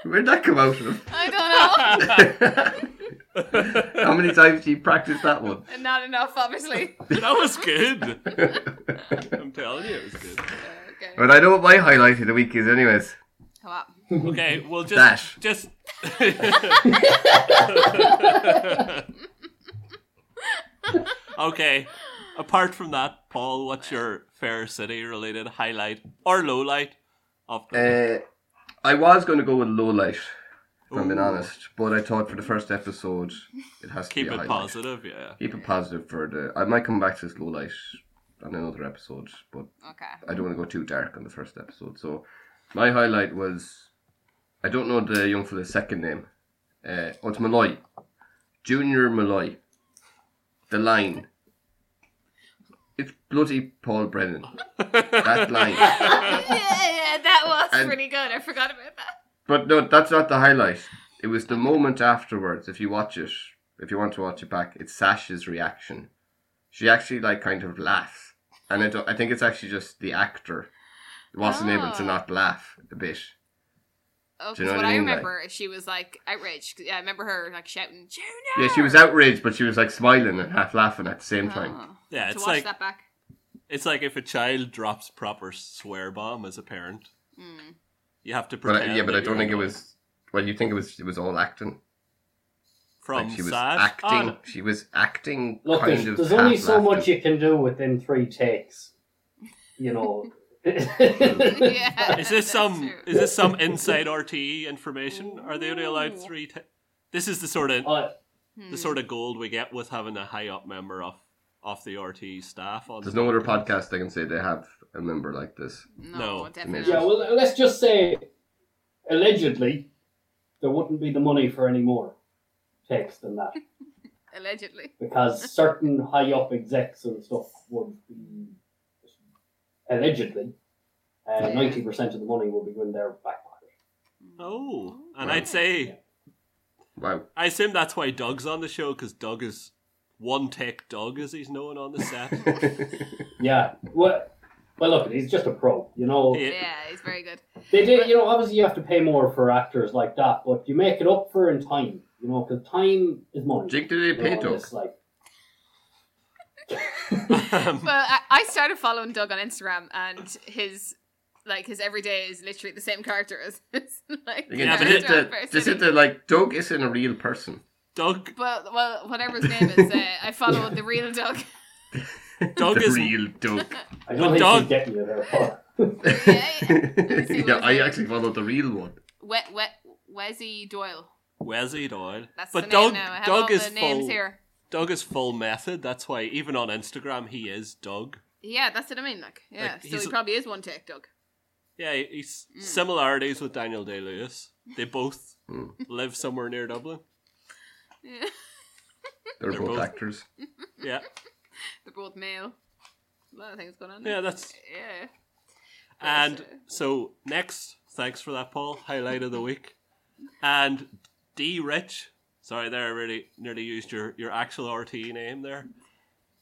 C: Where'd that come out of?
B: I don't
C: How many times do you practice that one?
B: know. Not enough, obviously.
A: that was good. I'm telling you, it was good.
B: Okay.
C: But I know what my highlight of the week is, anyways.
B: Come on.
A: Okay, we'll
C: Dash.
A: just just. okay. Apart from that, Paul, what's your fair city related highlight or low light of
C: Uh,
A: the
C: I was going to go with low light, if I'm being
A: Ooh.
C: honest, but I thought for the first episode, it has to
A: keep
C: be a
A: it
C: highlight.
A: positive, yeah.
C: Keep it positive for the. I might come back to this low light on another episode, but
B: Okay.
C: I don't want to go too dark on the first episode. So, my highlight was I don't know the young fella's second name. Uh, oh, it's Malloy, Junior Malloy. The line. It's bloody Paul Brennan. That line.
B: yeah, yeah, that was
C: And-
B: pretty good. I forgot about that.
C: But no, that's not the highlight. It was the moment afterwards. If you watch it, if you want to watch it back, it's Sasha's reaction. She actually like kind of laughs, and I, don't, I think it's actually just the actor wasn't able to
B: Oh.
C: not laugh a bit.
B: Oh,
C: Do you know
B: 'cause
C: what
B: what
C: I
B: I,
C: mean, like-
B: remember is she was like outraged. 'Cause, Yeah, I remember her like shouting, Junior!
C: Yeah, she was outraged, but she was like smiling and half laughing at the same
D: Ah.
C: time.
B: Oh.
A: Yeah,
B: to
A: it's
B: watch
A: like
B: that back.
A: it's like if a child drops proper swear bomb as a parent,
B: Mm.
A: you have to
C: But
A: pretend.
C: I, yeah, but
A: that
C: I don't
A: you're
C: think it
A: annoyed.
C: was. Well, you think it was? It was all acting.
A: from
C: like she was
A: Sash. Ah,
C: acting.
A: on.
C: She was acting.
D: Ah. Look,
C: kind
D: there's,
C: of
D: there's only
C: half
D: so much
C: laughing.
D: you can do within three takes. You know.
B: Yeah.
A: Is this
B: that's
A: some
B: true.
A: is this some inside RTE information? Are they only allowed
B: Ooh.
A: three? T- this is the sort
C: Oh.
A: of
D: Uh,
A: the
B: Hmm.
A: sort of gold we get with having a high up member of of the RTE staff on.
C: There's no other podcast I can say they have a member like this.
A: No.
B: No,
C: Yeah.
B: definitely.
D: yeah,
B: not.
D: well, let's just say, allegedly, there wouldn't be the money for any more takes than that.
B: Allegedly.
D: because certain high up execs and stuff would be allegedly uh,
B: Yeah.
D: 90% of the money will be going their back pocket.
A: Oh, and
C: Wow.
A: I'd say
C: Wow.
A: I assume that's why Doug's on the show because Doug is one take Doug as he's known on the set.
D: Yeah. Well, well, look, he's just a pro. You know,
A: He-
B: Yeah, he's very good.
D: they did. You know, obviously you have to pay more for actors like that, but you make it up for in time. You know, because time is money.
C: Jake, did they
D: You know,
C: pay
D: and
C: Doug?
D: it's like,
A: Um,
B: Well, I, I started following Doug on Instagram, and his like his everyday is literally the same character as his, like.
C: Again,
A: Yeah,
C: yeah,
A: but
C: just,
A: it's
B: character on
C: the,
B: Fair
C: just
B: City.
C: hit the, like, Doug isn't a real person.
A: Doug
B: Well, well, whatever his name is, uh, I follow the real Doug.
A: Doug
C: the
A: is-
C: real Doug.
D: I
A: But
D: don't think
A: Doug-
D: he's getting you there. Paul.
B: yeah, see
C: yeah,
B: what
C: I
B: it is.
C: actually followed the real one.
B: we, we, Wesley Doyle.
A: Wesley Doyle,
B: That's
A: but
B: the
A: Doug
B: name now. I have
A: Doug
B: all
A: is
B: the names
A: full
B: here.
A: Doug is full method. That's why even on Instagram he is Doug.
B: Yeah, that's what I mean. Like, yeah,
A: Like,
B: so
A: he's-
B: he probably is one take Doug.
A: Yeah, he- he's similarities with Daniel Day Lewis. They both
D: Mm.
C: Hmm.
A: live somewhere near Dublin.
B: Yeah.
C: They're,
A: They're
C: both,
A: both-
C: actors.
A: Yeah,
B: They're both male. A lot of things going on.
A: yeah,
B: there.
A: that's
B: yeah.
A: and so next. Thanks for that, Paul. Highlight of the week, and D Rich. Sorry, there I really nearly used your your actual RTE name there.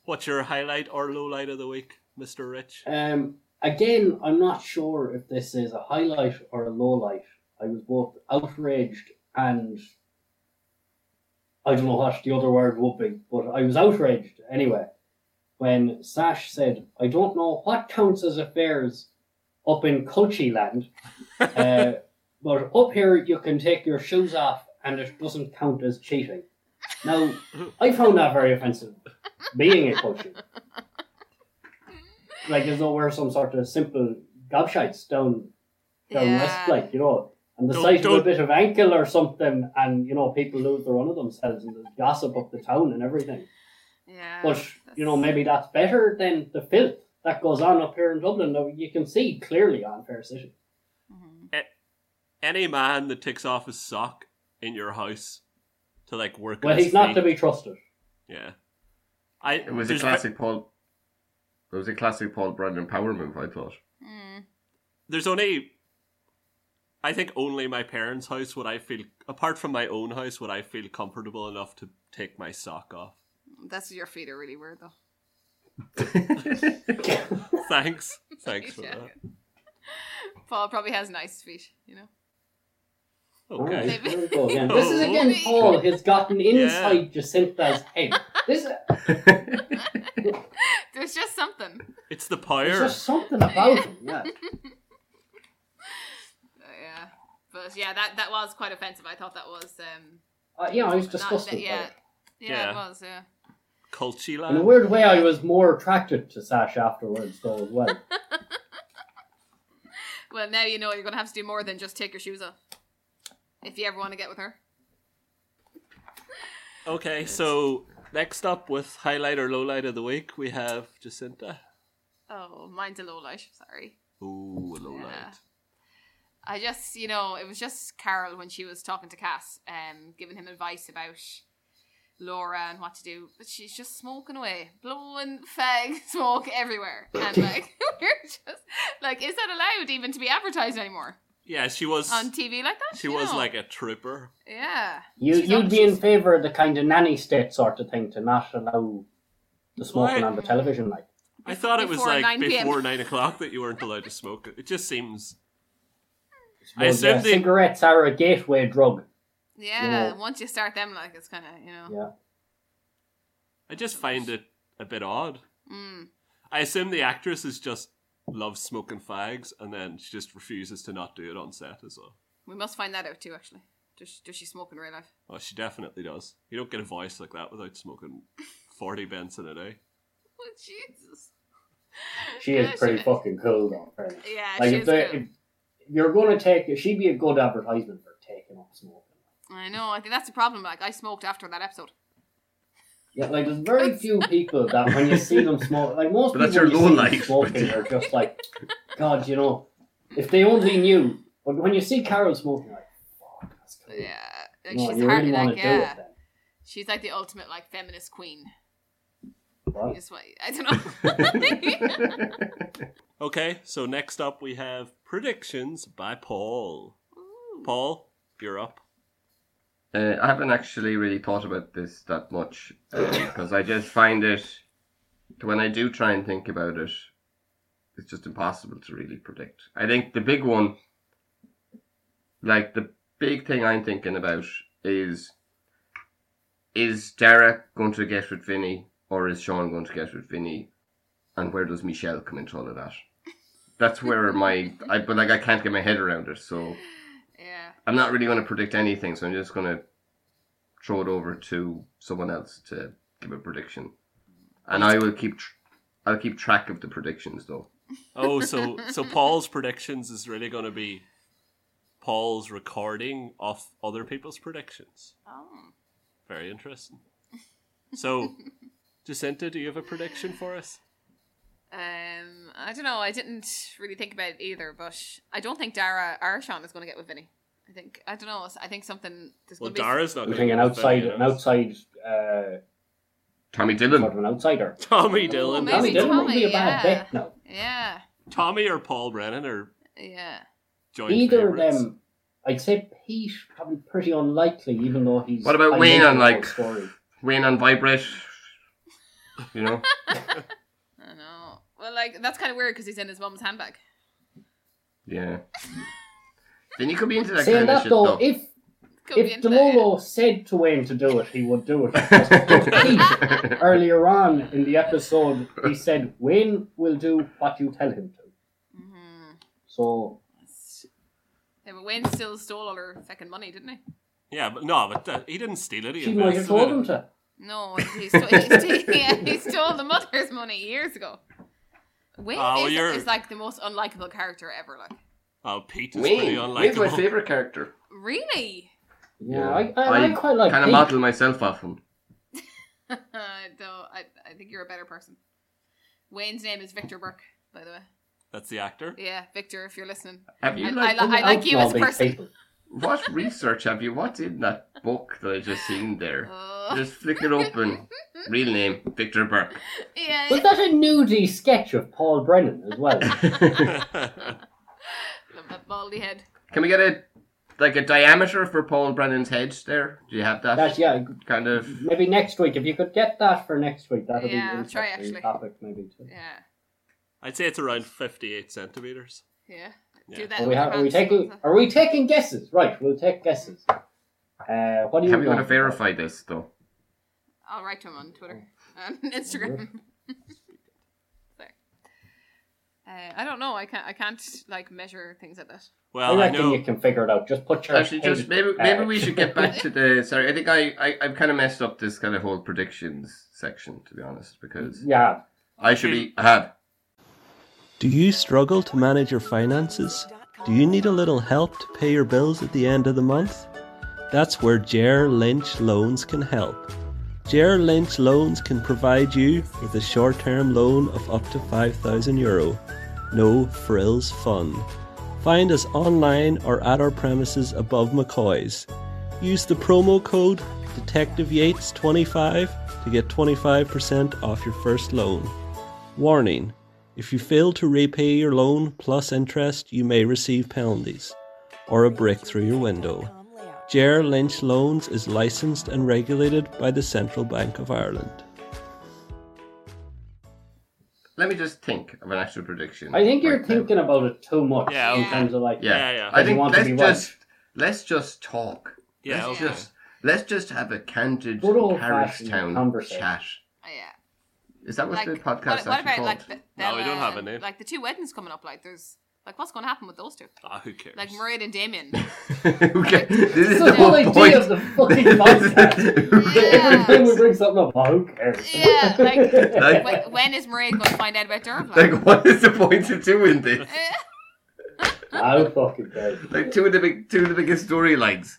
A: What's your highlight or low light of the week, Mister Rich?
D: Um, again, I'm not sure if this is a highlight or a low light. I was both outraged and I don't know what the other word would be, but I was outraged anyway when Sash said, "I don't know what counts as affairs up in Culchy land, uh, but up here you can take your shoes off and it doesn't count as cheating." Now, I found that very offensive, being a Culchy like there's nowhere some sort of simple gobshites down down west like you know and the
A: Don't-
D: sight of
A: don't-
D: a bit of ankle or something and you know people lose their run of themselves and there's gossip up the town and everything
B: Yeah.
D: but you know maybe that's better than the filth that goes on up here in Dublin that you can see clearly on Fair City
B: Mhm.
A: Any man that takes off his sock in your house to like work. on
D: well
A: his
D: he's not
A: feet-
D: to be trusted
A: Yeah. I
C: It was a
A: there's ve-
C: classic Paul. It was a classic Paul Brandon power move. I thought.
B: Mm.
A: there's only I think only my parents' house would I feel apart from my own house would I feel comfortable enough to take my sock off.
B: That's your feet are really weird though.
A: Thanks. Thanks for
B: Yeah.
A: that.
B: Paul probably has nice feet, you know.
D: Oh.
A: Okay.
D: Alright, there we go again. this is
A: Oh.
D: again Paul has gotten
A: Yeah.
D: inside Jacinta's head this
B: There's just something.
A: It's the
D: there's
A: pyre.
D: just something about him yeah
B: Uh, yeah. But yeah, that that was quite offensive. I thought that was um
D: uh, yeah I was
B: not-
D: disgusted by
B: yeah.
D: it.
B: yeah.
A: Yeah.
B: it was, yeah.
A: Culchy
D: In a
A: land.
D: weird way, I was more attracted to Sash afterwards, though, as well.
B: Well now you know you're gonna have to do more than just take your shoes off. If you ever want to get with her.
A: Okay, so next up with highlight or lowlight of the week we have Jacinta.
B: Oh, mine's a low light, sorry.
A: Ooh, a lowlight.
B: Yeah. I just, you know, it was just Carol when she was talking to Cass, um, giving him advice about Laura and what to do. But she's just smoking away, blowing fag smoke everywhere, and like we're just like, is that allowed even to be advertised anymore
A: Yeah, she was
B: on TV like that?
A: she
B: You
A: was
B: know?
A: like a trooper.
B: yeah,
D: You,
B: She's
D: you'd be in
B: obnoxious.
D: favour of the kind of nanny state sort of thing to not allow the smoking
A: Why-
D: on the television, like.
A: I thought it was
B: Before
A: like
B: 9 p.m..
A: before nine o'clock that you weren't allowed to smoke. It just seems I
D: Well,
A: assume
D: yeah,
A: they-
D: Cigarettes are a gateway drug.
B: yeah.
D: You know.
B: Once you start them, like it's kind of you know,
D: Yeah.
A: I just find it a bit odd.
B: mm,
A: I assume the actress is just loves smoking fags and then she just refuses to not do it on set as well.
B: we must find that out too. Actually, does she, does she smoke in real life?
A: Oh, she definitely does. You don't get a voice like that without smoking 40 bents in a day.
B: Oh Jesus!
D: She is
B: Yeah,
D: pretty fucking cool, though, in fairness.
B: Yeah,
D: Like,
B: she
D: if,
B: is
D: they,
B: cool.
D: if you're going to take... She'd be a good advertisement for taking up smoking.
B: I know. I think that's the problem. Like, I smoked after that episode.
D: Yeah, like, there's very few people that, when you see them smoke... Like, most
C: But that's
D: people
C: your
D: you
C: low
D: see
C: life.
D: smoking are just like, God, you know, if they only knew... But when you see Carol smoking, like, fuck, that's cool.
B: Yeah, like
D: No,
B: she's
D: you really
B: hardly
D: want
B: like
D: to
B: yeah.
D: do it
B: She's like the ultimate like feminist queen.
D: then. What?
B: Is what I don't know.
A: Okay, so next up we have predictions by Paul.
B: Ooh.
A: Paul, you're up.
C: Uh, I haven't actually really thought about this that much uh, because I just find it when I do try and think about it, it's just impossible to really predict. I think the big one, like the big thing I'm thinking about is is Derek going to get with Vinny or is Sean going to get with Vinny, and where does Michelle come into all of that? That's where my I but like I can't get my head around it so.
B: Yeah.
C: I'm not really going to predict anything, so I'm just going to throw it over to someone else to give a prediction. And I will keep, tr- I'll keep track of the predictions though.
A: Oh, so so Paul's predictions is really going to be Paul's recording of other people's predictions.
B: Oh.
A: Very interesting. So, Jacinta, do you have a prediction for us?
B: Um, I don't know. I didn't really think about it either, but I don't think Dara Arshon is going to get with Vinny. I think I don't know. I think something. There's
A: Well,
B: gonna be
A: Dara's not
D: We're
A: going
D: thinking
A: to
D: an outside, an outside, uh,
C: Tommy
D: sort
C: Dillon.
D: of an outsider.
A: Tommy
B: Oh,
A: Dillon.
B: Maybe
D: Tommy Dillon
B: Tommy,
D: would be a bad
B: yeah.
D: bet now.
B: Yeah,
A: Tommy or Paul Brennan or
B: yeah.
A: joint
D: Either of
A: favorites.
D: them, I'd say Pete probably pretty unlikely, even though he's.
C: What about
D: high
C: Wayne
D: rated
C: on,
D: in our
C: like-
D: story.
C: Wayne on Vibrate. You know?
B: I know. Well, like that's kind of weird because he's in his mum's handbag.
C: yeah. Then you could be into that
D: Saying
C: kind of
D: that
C: shit,
D: though,
C: though.
D: if
B: Could be
D: if
B: into that, yeah.
D: Demolo said to Wayne to do it, he would do it. But Pete, earlier on in the episode, he said Wayne will do what you tell him to.
B: Mhm.
D: So
B: Yeah, but Wayne still stole all her fucking money, didn't he?
A: Yeah, but no, but uh, he didn't steal it. He
D: she might have
A: invested
D: told
A: in
D: him
A: it.
D: to.
B: No, he stole, he, stole, yeah, he stole the mother's money years ago. Wayne
A: Oh,
B: is,
A: you're-
B: is like the most unlikable character ever. Like,
A: Oh, Pete is pretty
C: Wayne. Wayne's my
A: unlikable.
C: favourite character.
B: really?
D: Yeah,
C: Yeah.
D: I, I, I
C: I
D: quite like
C: kind of
D: Pete.
C: model myself off him.
B: Though I, I think you're a better person. Wayne's name is Victor Burke, by the way.
A: That's the actor.
B: Yeah, Victor, if you're listening.
C: Have you
B: I-
C: like
B: I like- I like you as a
D: Outlaw these
B: person.
D: people.
C: what research have you? What's in that book that I just seen there?
B: Oh,
C: Just flick it open. Real name Victor Burke.
B: yeah.
D: Was that a nudie sketch of Paul Brennan as well?
C: Can
B: Love that baldy head.
C: we get a like a diameter for Paul Brennan's head there? Do you have that?
D: That's yeah.
C: Kind of.
D: Maybe next week, if you could get that for next week, that would
B: Yeah,
D: be
B: I'll try,
D: interesting
B: actually.
D: topic maybe too.
B: Yeah,
A: I'd say it's around 58 centimeters.
B: yeah.
A: Yeah.
B: Do that.
D: Are
B: with
D: we,
B: your
D: ha- are we
B: hands.
D: taking are we taking guesses? Right, we'll take guesses. Uh, what do you
C: Have you got to
D: want?
C: verify this though?
B: I'll write to him on Twitter and Instagram. Sorry. Uh, I don't know. I can't. I can't like measure things like that.
D: I
A: Well, Uh, I,
D: reckon
A: know.
D: you can figure it out. Just put your
C: Actually,
D: head-
C: just maybe maybe
D: uh,
C: we should get back to the. Sorry, I think I, I I've kind of messed up this kind of whole predictions section to be honest because
D: Yeah,
C: I should be had.
F: Do you struggle to manage your finances? Do you need a little help to pay your bills at the end of the month? That's where Jer Lynch Loans can help. Jer Lynch Loans can provide you with a short term loan of up to 5,000 euro. No frills fun. Find us online or at our premises above McCoy's. Use the promo code Detective Yates25 to get 25% off your first loan. Warning if you fail to repay your loan plus interest, you may receive penalties or a brick through your window. Jer Lynch Loans is licensed and regulated by the Central Bank of Ireland.
C: Let me just think of an actual prediction.
D: I think you're
C: right now.
D: thinking about it too much.
A: Yeah,
D: in
B: okay.
D: terms of like
C: Yeah,
A: Yeah, yeah.
C: I
D: Doesn't
C: think
D: want to
C: let's
D: be
C: just
D: right.
C: let's just talk.
A: Yeah,
C: let's
A: okay.
C: just let's just have a candid
D: Good old
C: Carriage
D: fashioned
C: Town
D: conversation.
C: chat.
B: Oh, yeah.
C: Is that what
B: like
C: the podcast
B: what, what
C: actually
B: about
C: called?
B: like the,
A: No, we
B: Bella
A: don't have
B: and-
A: a name.
B: Like the two weddings coming up. Like there's like what's going to happen with those two?
A: Ah, who cares?
B: Like Murray and Damien.
C: okay, this is
D: It's
C: the
D: the whole
C: whole
D: idea
C: point.
D: of the fucking podcast.
B: Yeah.
D: Every time we bring something up, oh, who cares?
B: yeah. Like
C: Like-
B: when, when is Murray going to find out about Dervla?
C: Like, what is the point of doing this?
B: Eh,
D: I do fucking care.
C: Like, two of the big, two of the biggest storylines.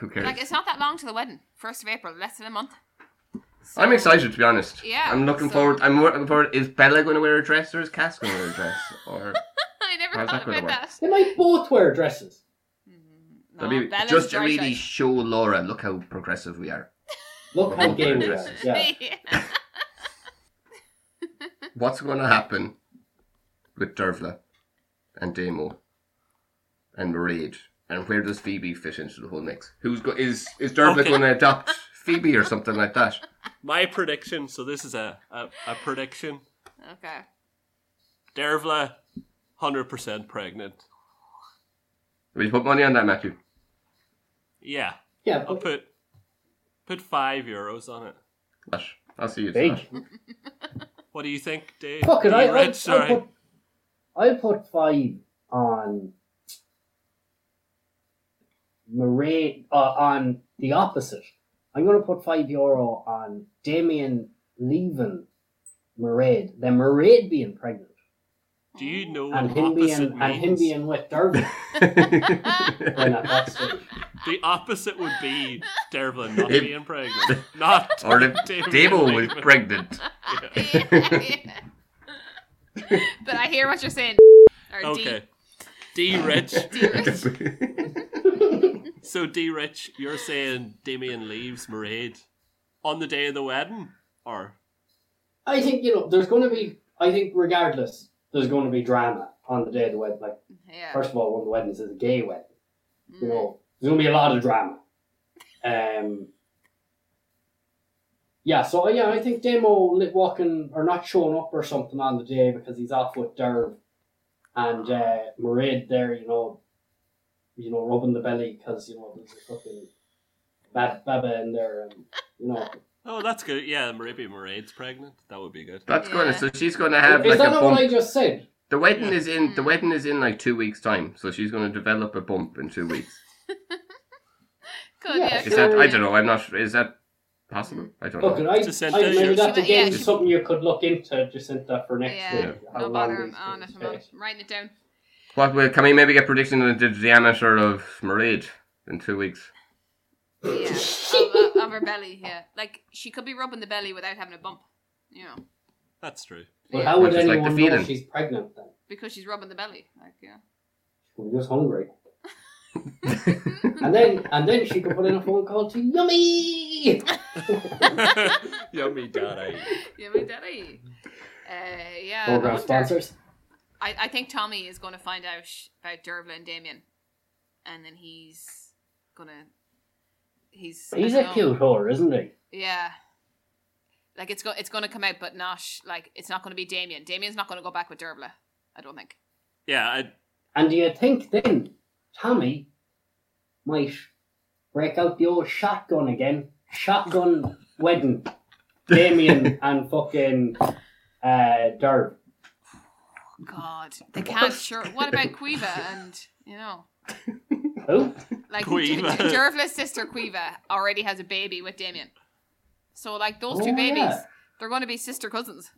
C: Who cares?
B: Mm-hmm. Like it's not that long to the wedding. First of April, less than a month. So-
C: I'm excited to be honest.
B: Yeah,
C: I'm looking
B: so-
C: forward. I'm looking forward. Is Bella going to wear a dress or is Cass going to wear a dress? Or
B: I never
C: How's
B: thought
C: that gonna
B: about that.
D: They might both wear dresses.
B: No,
C: That'd be-
B: Bella's
C: just to
B: dry
C: really
B: shite.
C: show Laura, look how progressive we are.
D: Look how gay we are. Yeah.
B: Yeah.
C: What's going to happen with Dervla and Damo and Maraid? And where does Phoebe fit into the whole mix? Who's go- is is Dervla
A: Okay.
C: going to adopt Phoebe or something like that?
A: My prediction. So this is a a, a prediction.
B: okay.
A: Dervla, hundred percent pregnant.
C: Will you put money on that, Matthew?
A: Yeah,
D: Yeah,
A: I'll
D: but
A: put put five euros on it.
C: What? I'll see you. to
D: big.
C: that.
A: What do you think, Dave?
D: Fuck it,
A: You
D: I,
A: read,
D: I, I
A: sorry.
D: put, I put five on Murray, uh, on the opposite. I'm going to put five euro on Damien leaving Murray, then Murray being pregnant,
A: Do you know
D: and
A: what
D: him being,
A: opposite
D: and him
A: means?
D: being with Derby. when at that stage.
A: The opposite would be Dervla not
C: It-
A: being pregnant. Not
C: Or
A: Dave
C: if Damo was
A: Damon.
C: pregnant.
B: Yeah, yeah. But I hear what you're saying. Or
A: Okay. D Rich.
B: D, D Rich.
A: So D Rich, you're saying Damien leaves Maraid on the day of the wedding? Or
D: I think you know there's going to be. I think regardless, there's going to be drama on the day of the wedding. Like
B: Yeah.
D: first of all, when the wedding is a gay wedding, you
B: Mm.
D: know there's going to be a lot of drama. Um. Yeah, so uh, yeah, I think Demo lit walking or not showing up or something on the day because he's off with Derv and uh, Maraid there, you know, you know, rubbing the belly because you know there's a fucking bad baba in there, and you know.
A: Oh that's good. Yeah, maybe Maraid's pregnant. That would be good.
C: That's gonna.
B: Yeah.
C: So she's gonna have
D: is
C: like
D: that
C: a
D: not what I
C: bump.
D: just said?
C: The wedding is in. The wedding is in like two weeks' time. So she's gonna develop a bump in two weeks.
B: Good,
D: Yeah,
B: yeah.
D: it's
C: Is that? I
D: Yeah.
C: don't know. I'm not. Is that possible? I don't
D: Look,
C: know.
D: I,
A: Jacinta,
D: I maybe
A: yeah.
D: that's
B: Yeah,
D: again
B: she-
D: something you could look into, Jacinta, for next
B: Yeah,
D: week. how
B: No
D: long
B: bother
D: these
B: I'm on it.
D: things
B: I'm on
D: take.
B: it. I'm writing it down.
C: What will, can we maybe get prediction of the diameter of Maraid in two weeks?
B: Yeah. of, of, of her belly, yeah. Like, she could be rubbing the belly without having a bump. You know,
A: That's true.
D: But how would
C: Which is like
D: anyone
C: the
D: know
C: feeling.
D: she's pregnant then?
B: because she's rubbing the belly. Like, yeah.
D: We're just hungry. and then and then she could put in a phone call to Yummy!
A: Yummy
C: eh?
A: daddy.
B: Yeah, my daddy. Uh, yeah. I
D: Program
B: wonder-
D: sponsors.
B: I, I think Tommy is going to find out about Dervla and Damien. And then he's going to. He's. I
D: He's
B: don't
D: a
B: know.
D: cute whore, isn't he?
B: Yeah. Like it's go it's gonna come out, but not like it's not gonna be Damien. Damien's not gonna go back with Derbla, I don't think.
A: Yeah, I
D: And do you think then Tommy might break out the old shotgun again? Shotgun wedding. Damien and fucking uh, Derb.
B: God. They can't sure what about Quiva and you know
D: Who?
B: like
A: Quiva.
B: Dervla's sister Quiva already has a baby with Damien. So like those two
D: Oh,
B: babies,
D: yeah.
B: they're gonna be sister cousins.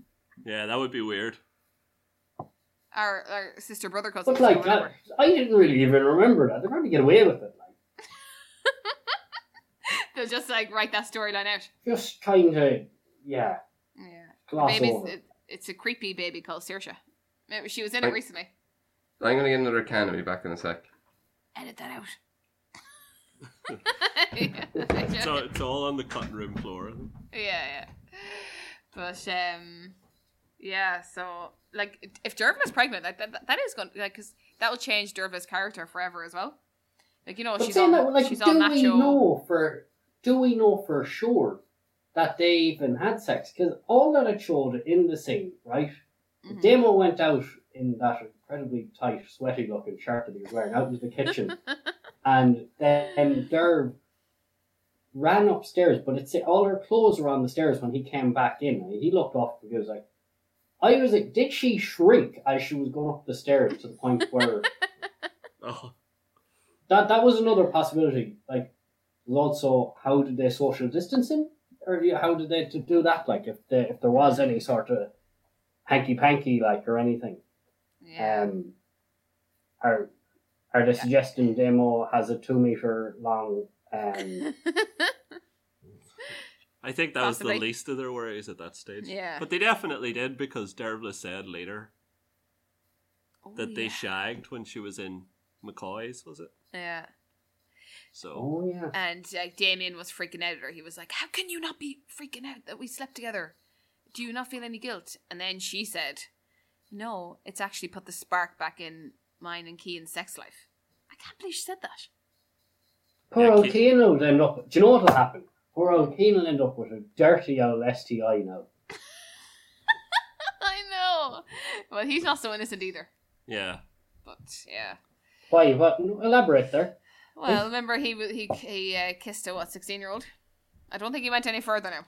A: yeah, that would be weird.
B: Or, or sister brother cousins.
D: But
B: or
D: like that,
B: whatever.
D: I didn't really even remember that. They probably get away with it. Like
B: They'll just like write that storyline out.
D: just kind of yeah,
B: Yeah.
D: gloss
B: Baby's
D: over.
B: it, it's a creepy baby called Saoirse. Maybe She was in it
C: Right.
B: recently.
C: I'm gonna get another can. I'll be back in a sec.
B: Edit that out.
A: So it's all on the cutting room floor.
B: yeah, yeah. But um, yeah. So like, if Derva's pregnant, like that, that is going to like because that will change Derva's character forever as well. Like you know,
D: But
B: she's
D: then,
B: on
D: like,
B: she's
D: do
B: on that
D: we
B: show.
D: know for do we know for sure that they even had sex? Because all that it showed in the scene, right?
B: Mhm.
D: Demo went out in that incredibly tight, sweaty-looking shirt that he was wearing out into the kitchen, and then Derv ran upstairs. But it's all her clothes were on the stairs when he came back in. and He looked off because he was like. I was like, did she shrink as she was going up the stairs to the point where
A: Oh,
D: that that was another possibility. Like, there's also how did they social distance him, or yeah, how did they to do that? Like, if they, if there was any sort of hanky panky, like or anything,
B: Yeah.
D: um, are are they suggesting demo has a two meter long? Um,
A: I think that was
B: Possibly.
A: the least of their worries at that stage.
B: Yeah.
A: But they definitely did because Dervla said later
B: Oh,
A: that they
B: yeah.
A: shagged when she was in McCoy's, was it?
B: yeah.
A: So
D: oh yeah,
B: And like Damien was freaking out at her. He was like, "How can you not be freaking out that we slept together? Do you not feel any guilt?" And then she said, "No, it's actually put the spark back in mine and Kean's sex life." I can't believe she said that.
D: poor
A: Yeah,
D: old
A: Ke-
D: Keane will end up. Do you know what'll happen? Poor old Keane will end up with a dirty old STI now.
B: I know. Well, he's not so innocent either.
A: yeah.
B: But yeah.
D: Why? What? Elaborate there.
B: Well, remember he wa- he he uh, kissed a what sixteen year old. I don't think he went any further now.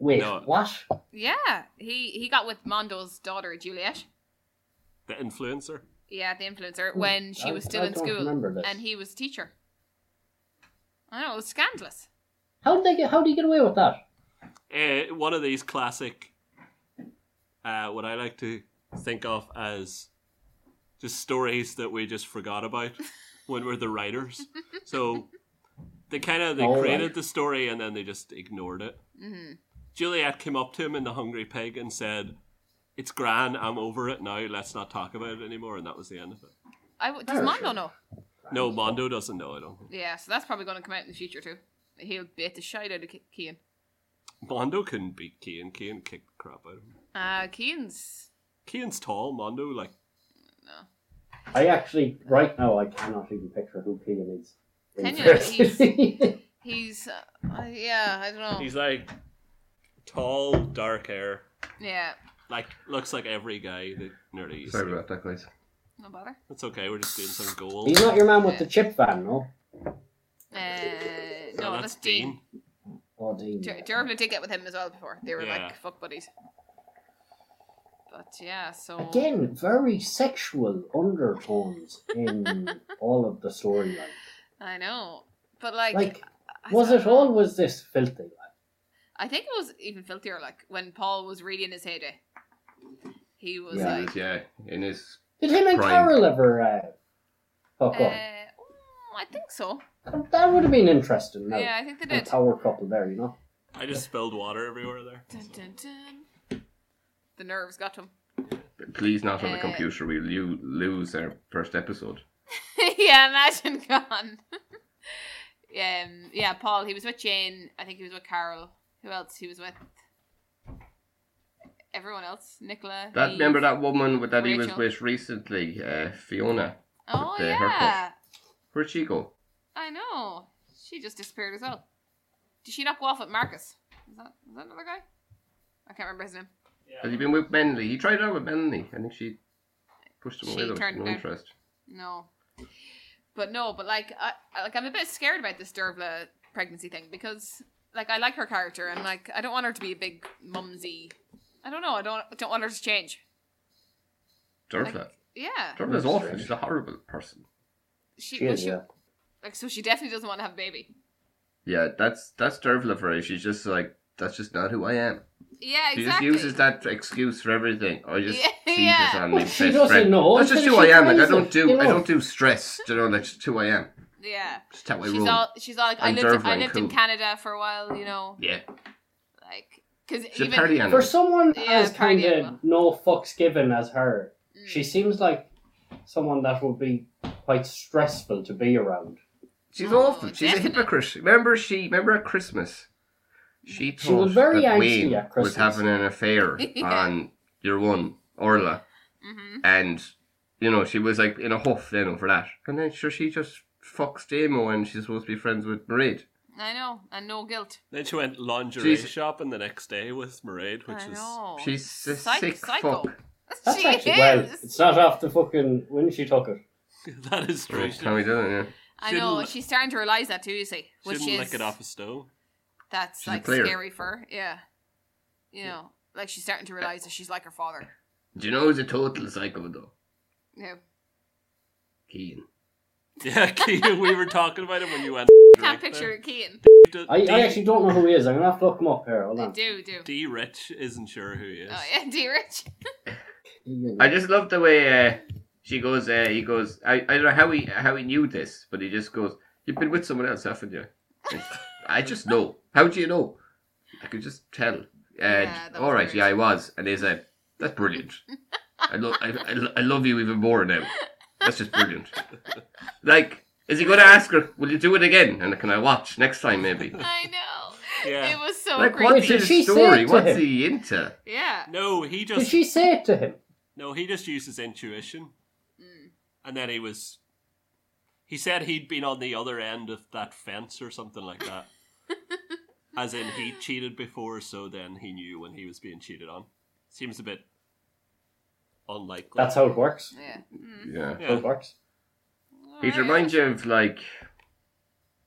D: Wait,
A: No.
D: what?
B: Yeah, he he got with Mondo's daughter Juliet.
A: The influencer.
B: Yeah, the influencer when she
D: Hmm. I-
B: was still
D: I
B: in
D: don't
B: school
D: remember this.
B: and he was a teacher. I know it was scandalous.
D: How did they get? How do you get away with that?
A: Uh, one of these classic, uh, what I like to think of as just stories that we just forgot about when we're the writers. So they kind of they
D: All
A: created
D: right.
A: the story and then they just ignored it.
B: Mm-hmm.
A: Juliet came up to him in the Hungry Pig and said, it's grand. I'm over it now. Let's not talk about it anymore. And that was the end of it.
B: I w- does Mondo know?
A: No, Mondo doesn't know. I don't. think.
B: Yeah, so that's probably going to come out in the future too. He'll bait the shit out of Ke- Kean.
A: Mondo couldn't beat Kean. Kean kicked the crap out of him.
B: Uh, Kean's.
A: Kean's tall. Mondo like
D: I actually, right now, I cannot even picture who Keegan is.
B: Can you? He's. Uh, uh, yeah, I don't know.
A: he's like tall, dark hair.
B: yeah,
A: Like looks like every guy that nearly. used
C: Sorry
A: to.
C: about that, guys.
B: no bother.
A: It's okay. We're just doing some gold.
D: He's not your man with the chip van, no?
B: Uh,
A: No,
B: no,
A: that's Dean.
D: Or Dean.
B: Dur- Durbin did get with him as well before. They were
A: Yeah.
B: like fuck buddies. But yeah, so
D: Again, very sexual undertones in all of the storyline.
B: I know, but like,
D: Like,
B: I
D: was
B: don't
D: it
B: know.
D: always this filthy? Like,
B: I think it was even filthier. Like when Paul was reading his heyday, he was
D: Yeah.
C: He
B: like,
C: was, yeah, in his
D: did him and
C: Prime.
D: Carol ever uh, hook
B: uh,
D: up?
B: mm, I think so.
D: That would have been interesting. Now.
B: Yeah, I think they
D: a
B: did.
D: power couple there, you know.
A: I just spilled water everywhere there.
B: Dun, dun, dun. The nerves got to him.
C: Please not on the
B: Uh,
C: computer. We'll lo- lose our first episode.
B: yeah, imagine gone. um, yeah, Paul. He was with Jane. I think he was with Carol. Who else? He was with everyone else. Nicola.
C: That
B: Eve.
C: remember that woman with- that he was
B: Rachel.
C: with recently, uh, Fiona.
B: Oh
C: the
B: yeah,
C: haircut. Where'd she go?
B: I know. She just disappeared as well. Did she not go off with Marcus? Is that is that another guy? I can't remember his name.
C: Has he been with Benley? He tried it out with Benley. I think she pushed him
B: She
C: away. though.
B: turned it
C: No
B: down.
C: interest.
B: No. But no, but like I I- like I'm a bit scared about this Dervla pregnancy thing because like I like her character and like I don't want her to be a big mumsy. I don't know. I don't I don't want her to change. Like,
C: Durfla.
B: yeah.
C: Durfla's awful. She's a horrible person.
B: She,
D: She
B: well,
D: is,
B: she
D: yeah.
B: like so she definitely doesn't want to have a baby.
C: Yeah, that's that's Durfla for her. She's just like that's just not who I am.
B: Yeah,
C: She
B: exactly.
C: just uses that excuse for everything. I just
B: Yeah,
C: Jesus
B: yeah.
C: on
D: Well,
C: me.
D: she
C: best
D: doesn't
C: friend.
D: know
C: That's just
D: until
C: who I
D: she
C: am. Like I
D: tries
C: don't
D: it,
C: do
D: you
C: I
D: know.
C: don't do stress. You know, that's just who I am.
B: Yeah.
C: Just how I
B: She's
C: roll.
B: all she's all like I
C: I'm
B: lived I
C: Dervla,
B: lived in
C: cool.
B: Canada for a while, you know,
C: Yeah,
B: like cuz
C: she's
B: even
C: a party animal.
D: For someone
B: Yeah,
D: as kind
B: apparently it
D: of no fucks given as her,
B: Mm.
D: she seems like someone that would be quite stressful to be around.
C: She's
B: Oh,
C: awful. She's
B: definitely.
C: a hypocrite. Remember she remember at Christmas. She thought
D: She was very
C: that
D: angsty
C: Wayne
D: at
C: was
D: Christmas.
C: having an affair
B: Yeah.
C: on your one, Orla.
B: Mhm.
C: And you know, she was like in a huff then over that. And then sure she just fucks Damo and she's supposed to be friends with Mairead.
B: I know, and no guilt.
A: Then she went lingerie
C: She's-
A: shopping the next day with Mairead, which
B: I
A: is
B: know.
C: She's a
B: Psych-
C: sick
B: psycho.
C: fuck.
D: That's
B: she
D: actually
B: is.
D: well. It's not off the fucking when she took it.
A: that is
C: Oh,
A: true. She
C: Can we do it, yeah.
B: I know.
A: Shouldn't-
B: She's starting to realize that too. You see, which
A: shouldn't
B: is
A: lick it off a stove.
B: that's
C: She's a
B: like
C: player.
B: scary for her. Yeah, you know, like she's starting to realize that she's like her father.
C: Do you know who's a total psycho though?
B: Yeah,
C: Keane.
A: Yeah, Kean, we were talking about it when you went.
B: can't
A: direct
B: picture Keaton.
A: there.
D: I,
A: D,
D: I actually don't know who he is. I'm gonna have to look him up here. Hold on.
B: Do do.
A: D Rich isn't sure who he is.
B: Oh yeah, D Rich.
C: I just love the way uh, she goes. Uh, he goes. I, I don't know how he how he knew this, but he just goes. You've been with someone else, haven't you? It's- I just know. How do you know? I could just tell. Uh,
B: Yeah, that
C: all
B: was
C: right,
B: great.
C: yeah, I was, and they said that's brilliant. I love I, I, lo- I love you even more now. That's just brilliant. Like, is he going to ask her? Will you do it again? And can I watch next time maybe?
B: I know.
A: Yeah.
B: It was so
C: Like,
B: creepy.
C: what's
D: Did
C: his
D: she say
C: story?
D: it to
C: What's
D: him?
C: he into?
B: Yeah.
A: No, he
D: Did
A: just
D: she say it to him?
A: no, he just used his intuition,
B: Mm.
A: and then he was. He said he'd been on the other end of that fence or something like that. As in, he cheated before, so then he knew when he was being cheated on. Seems a bit unlikely.
D: That's how it works.
B: Yeah. Mm.
C: Yeah.
D: How it works.
C: It
B: Alright.
C: reminds you of like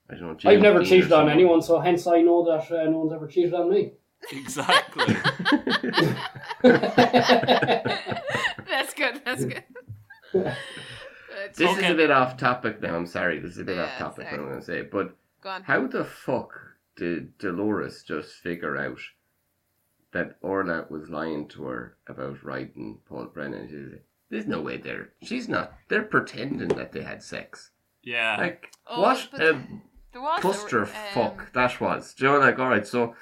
C: I don't know.
D: I've
C: James
D: never
C: Dean or
D: cheated on
C: someone.
D: anyone, so hence I know that uh, no one's ever cheated on me.
A: Exactly.
B: That's good. That's good. But-
C: This
A: Okay.
C: is a bit off topic now. I'm sorry. This is a bit
B: Yeah,
C: off topic.
B: sorry.
C: What I'm going to say, but
B: Go on.
C: how the fuck did Dolores just figure out that Orla was lying to her about riding Paul Brennan? She's like, There's no way they're. She's not. They're pretending that they had sex.
A: Yeah.
C: Like
B: Oh,
C: what
B: but
C: a
B: There was a-
C: clusterfuck
B: um,
C: that was. Do you know, like all right. So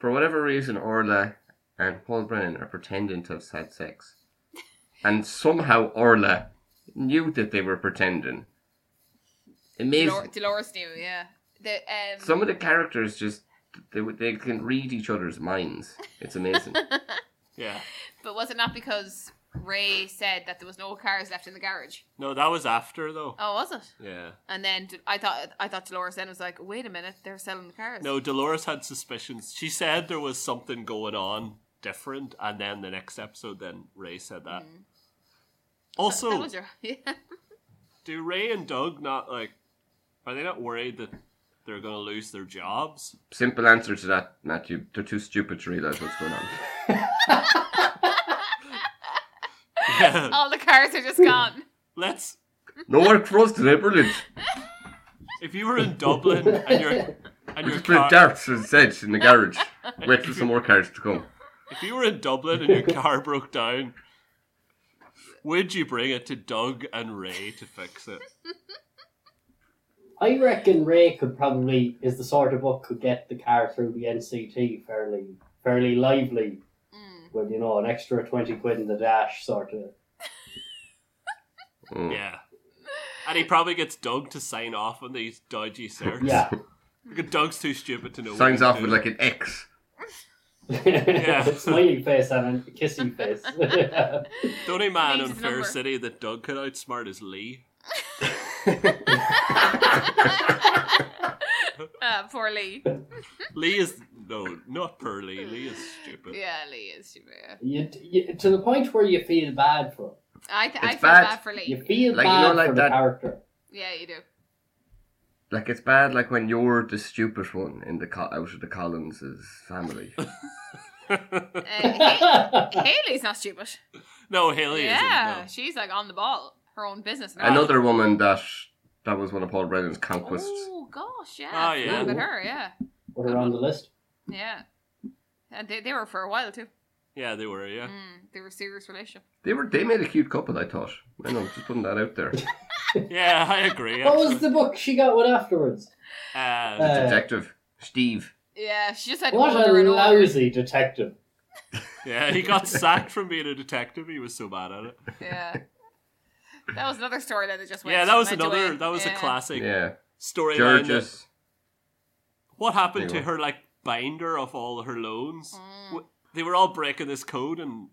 C: for whatever reason, Orla and Paul Brennan are pretending to have had sex. And somehow Orla knew that they were pretending.
B: Dolor-
C: Amazing.
B: Dolores knew, yeah. The, um,
C: Some of the characters just they they can read each other's minds. It's amazing.
A: Yeah.
B: but was it not because Ray said that there was no cars left in the garage?
A: No, that was after though.
B: Oh, was it?
A: Yeah.
B: And then d- I thought I thought Dolores then was like, wait a minute, they're selling the cars.
A: No, Dolores had suspicions. She said there was something going on different, and then the next episode, then Ray said that.
B: Mm. That
A: Also,
B: was your- yeah.
A: do Ray and Doug not like? Are they not worried that they're going to lose their jobs?
C: Simple answer to that, Matthew. They're too stupid to realize what's going on.
A: Yeah.
B: All the cars are just gone.
A: Let's.
C: No work for us today, brilliant.
A: If you were in Dublin and your and your
C: Just play
A: car,
C: darts and sedge in the garage. Wait for some more cars to come.
A: if you were in Dublin and your car broke down, would you bring it to Doug and Ray to fix it?
D: I reckon Ray could probably is the sort of book could get the car through the NCT fairly fairly lively
C: Hmm.
B: Mm.
D: with you know an extra twenty quid in the dash sort of.
C: Mm.
A: Yeah. And he probably gets Doug to sign off on these dodgy certs.
D: Yeah.
A: Because Doug's too stupid to know. what
C: Signs
A: he's
C: off
A: doing.
C: with like an X.
D: Smiley face and a kissy face.
A: The only man
B: Leaves
A: in
B: his
A: Fair
B: number.
A: City that Doug could outsmart is Lee.
B: Ah, poor Lee.
A: Lee is no, not poor Lee. Lee is stupid.
B: Yeah, Lee is stupid. yeah.
D: you, you, to the point where you feel bad for him.
B: I, th- I
C: It's
B: feel
C: bad.
B: bad. for
D: You
B: Lee.
D: feel
C: Like, you
D: bad
C: know, like
D: for
C: that-
D: the character.
B: Yeah, you do.
C: Like it's bad like when you're the stupid one in the co- out of the Collins's family.
B: Uh, Ha- Haley's not stupid.
A: No, Haley
B: yeah,
A: isn't.
B: she's like on the ball, her own business.
D: Ah.
B: now.
C: Another woman that that was one of Paul Brennan's conquests.
B: Oh gosh, yeah.
A: Oh,
B: I forgot
A: yeah.
B: about her, yeah,
D: Put her on the list.
B: yeah. And they, they were for a while too.
A: No. Yeah, they were. Yeah.
B: Mm, they were a serious relationship.
C: They were they made a cute couple, I thought. I know, just putting that out there.
A: Yeah, I agree.
D: What was
A: actually.
D: the book she got with afterwards?
A: Uh,
D: Uh,
C: Detective Steve.
B: Yeah, she just had
D: what
B: older
D: a
B: and older.
D: lousy detective.
A: yeah, he got sacked from being a detective. He was so bad at it.
B: Yeah, that was another story that just went.
A: Yeah, that was
B: went
A: another.
B: away.
A: That was
B: Yeah.
A: a classic
C: Yeah.
A: storyline. that-
C: Georges.
A: What happened
C: They
A: to her like binder of all her loans?
B: Mm,
A: W- They were all breaking this code, and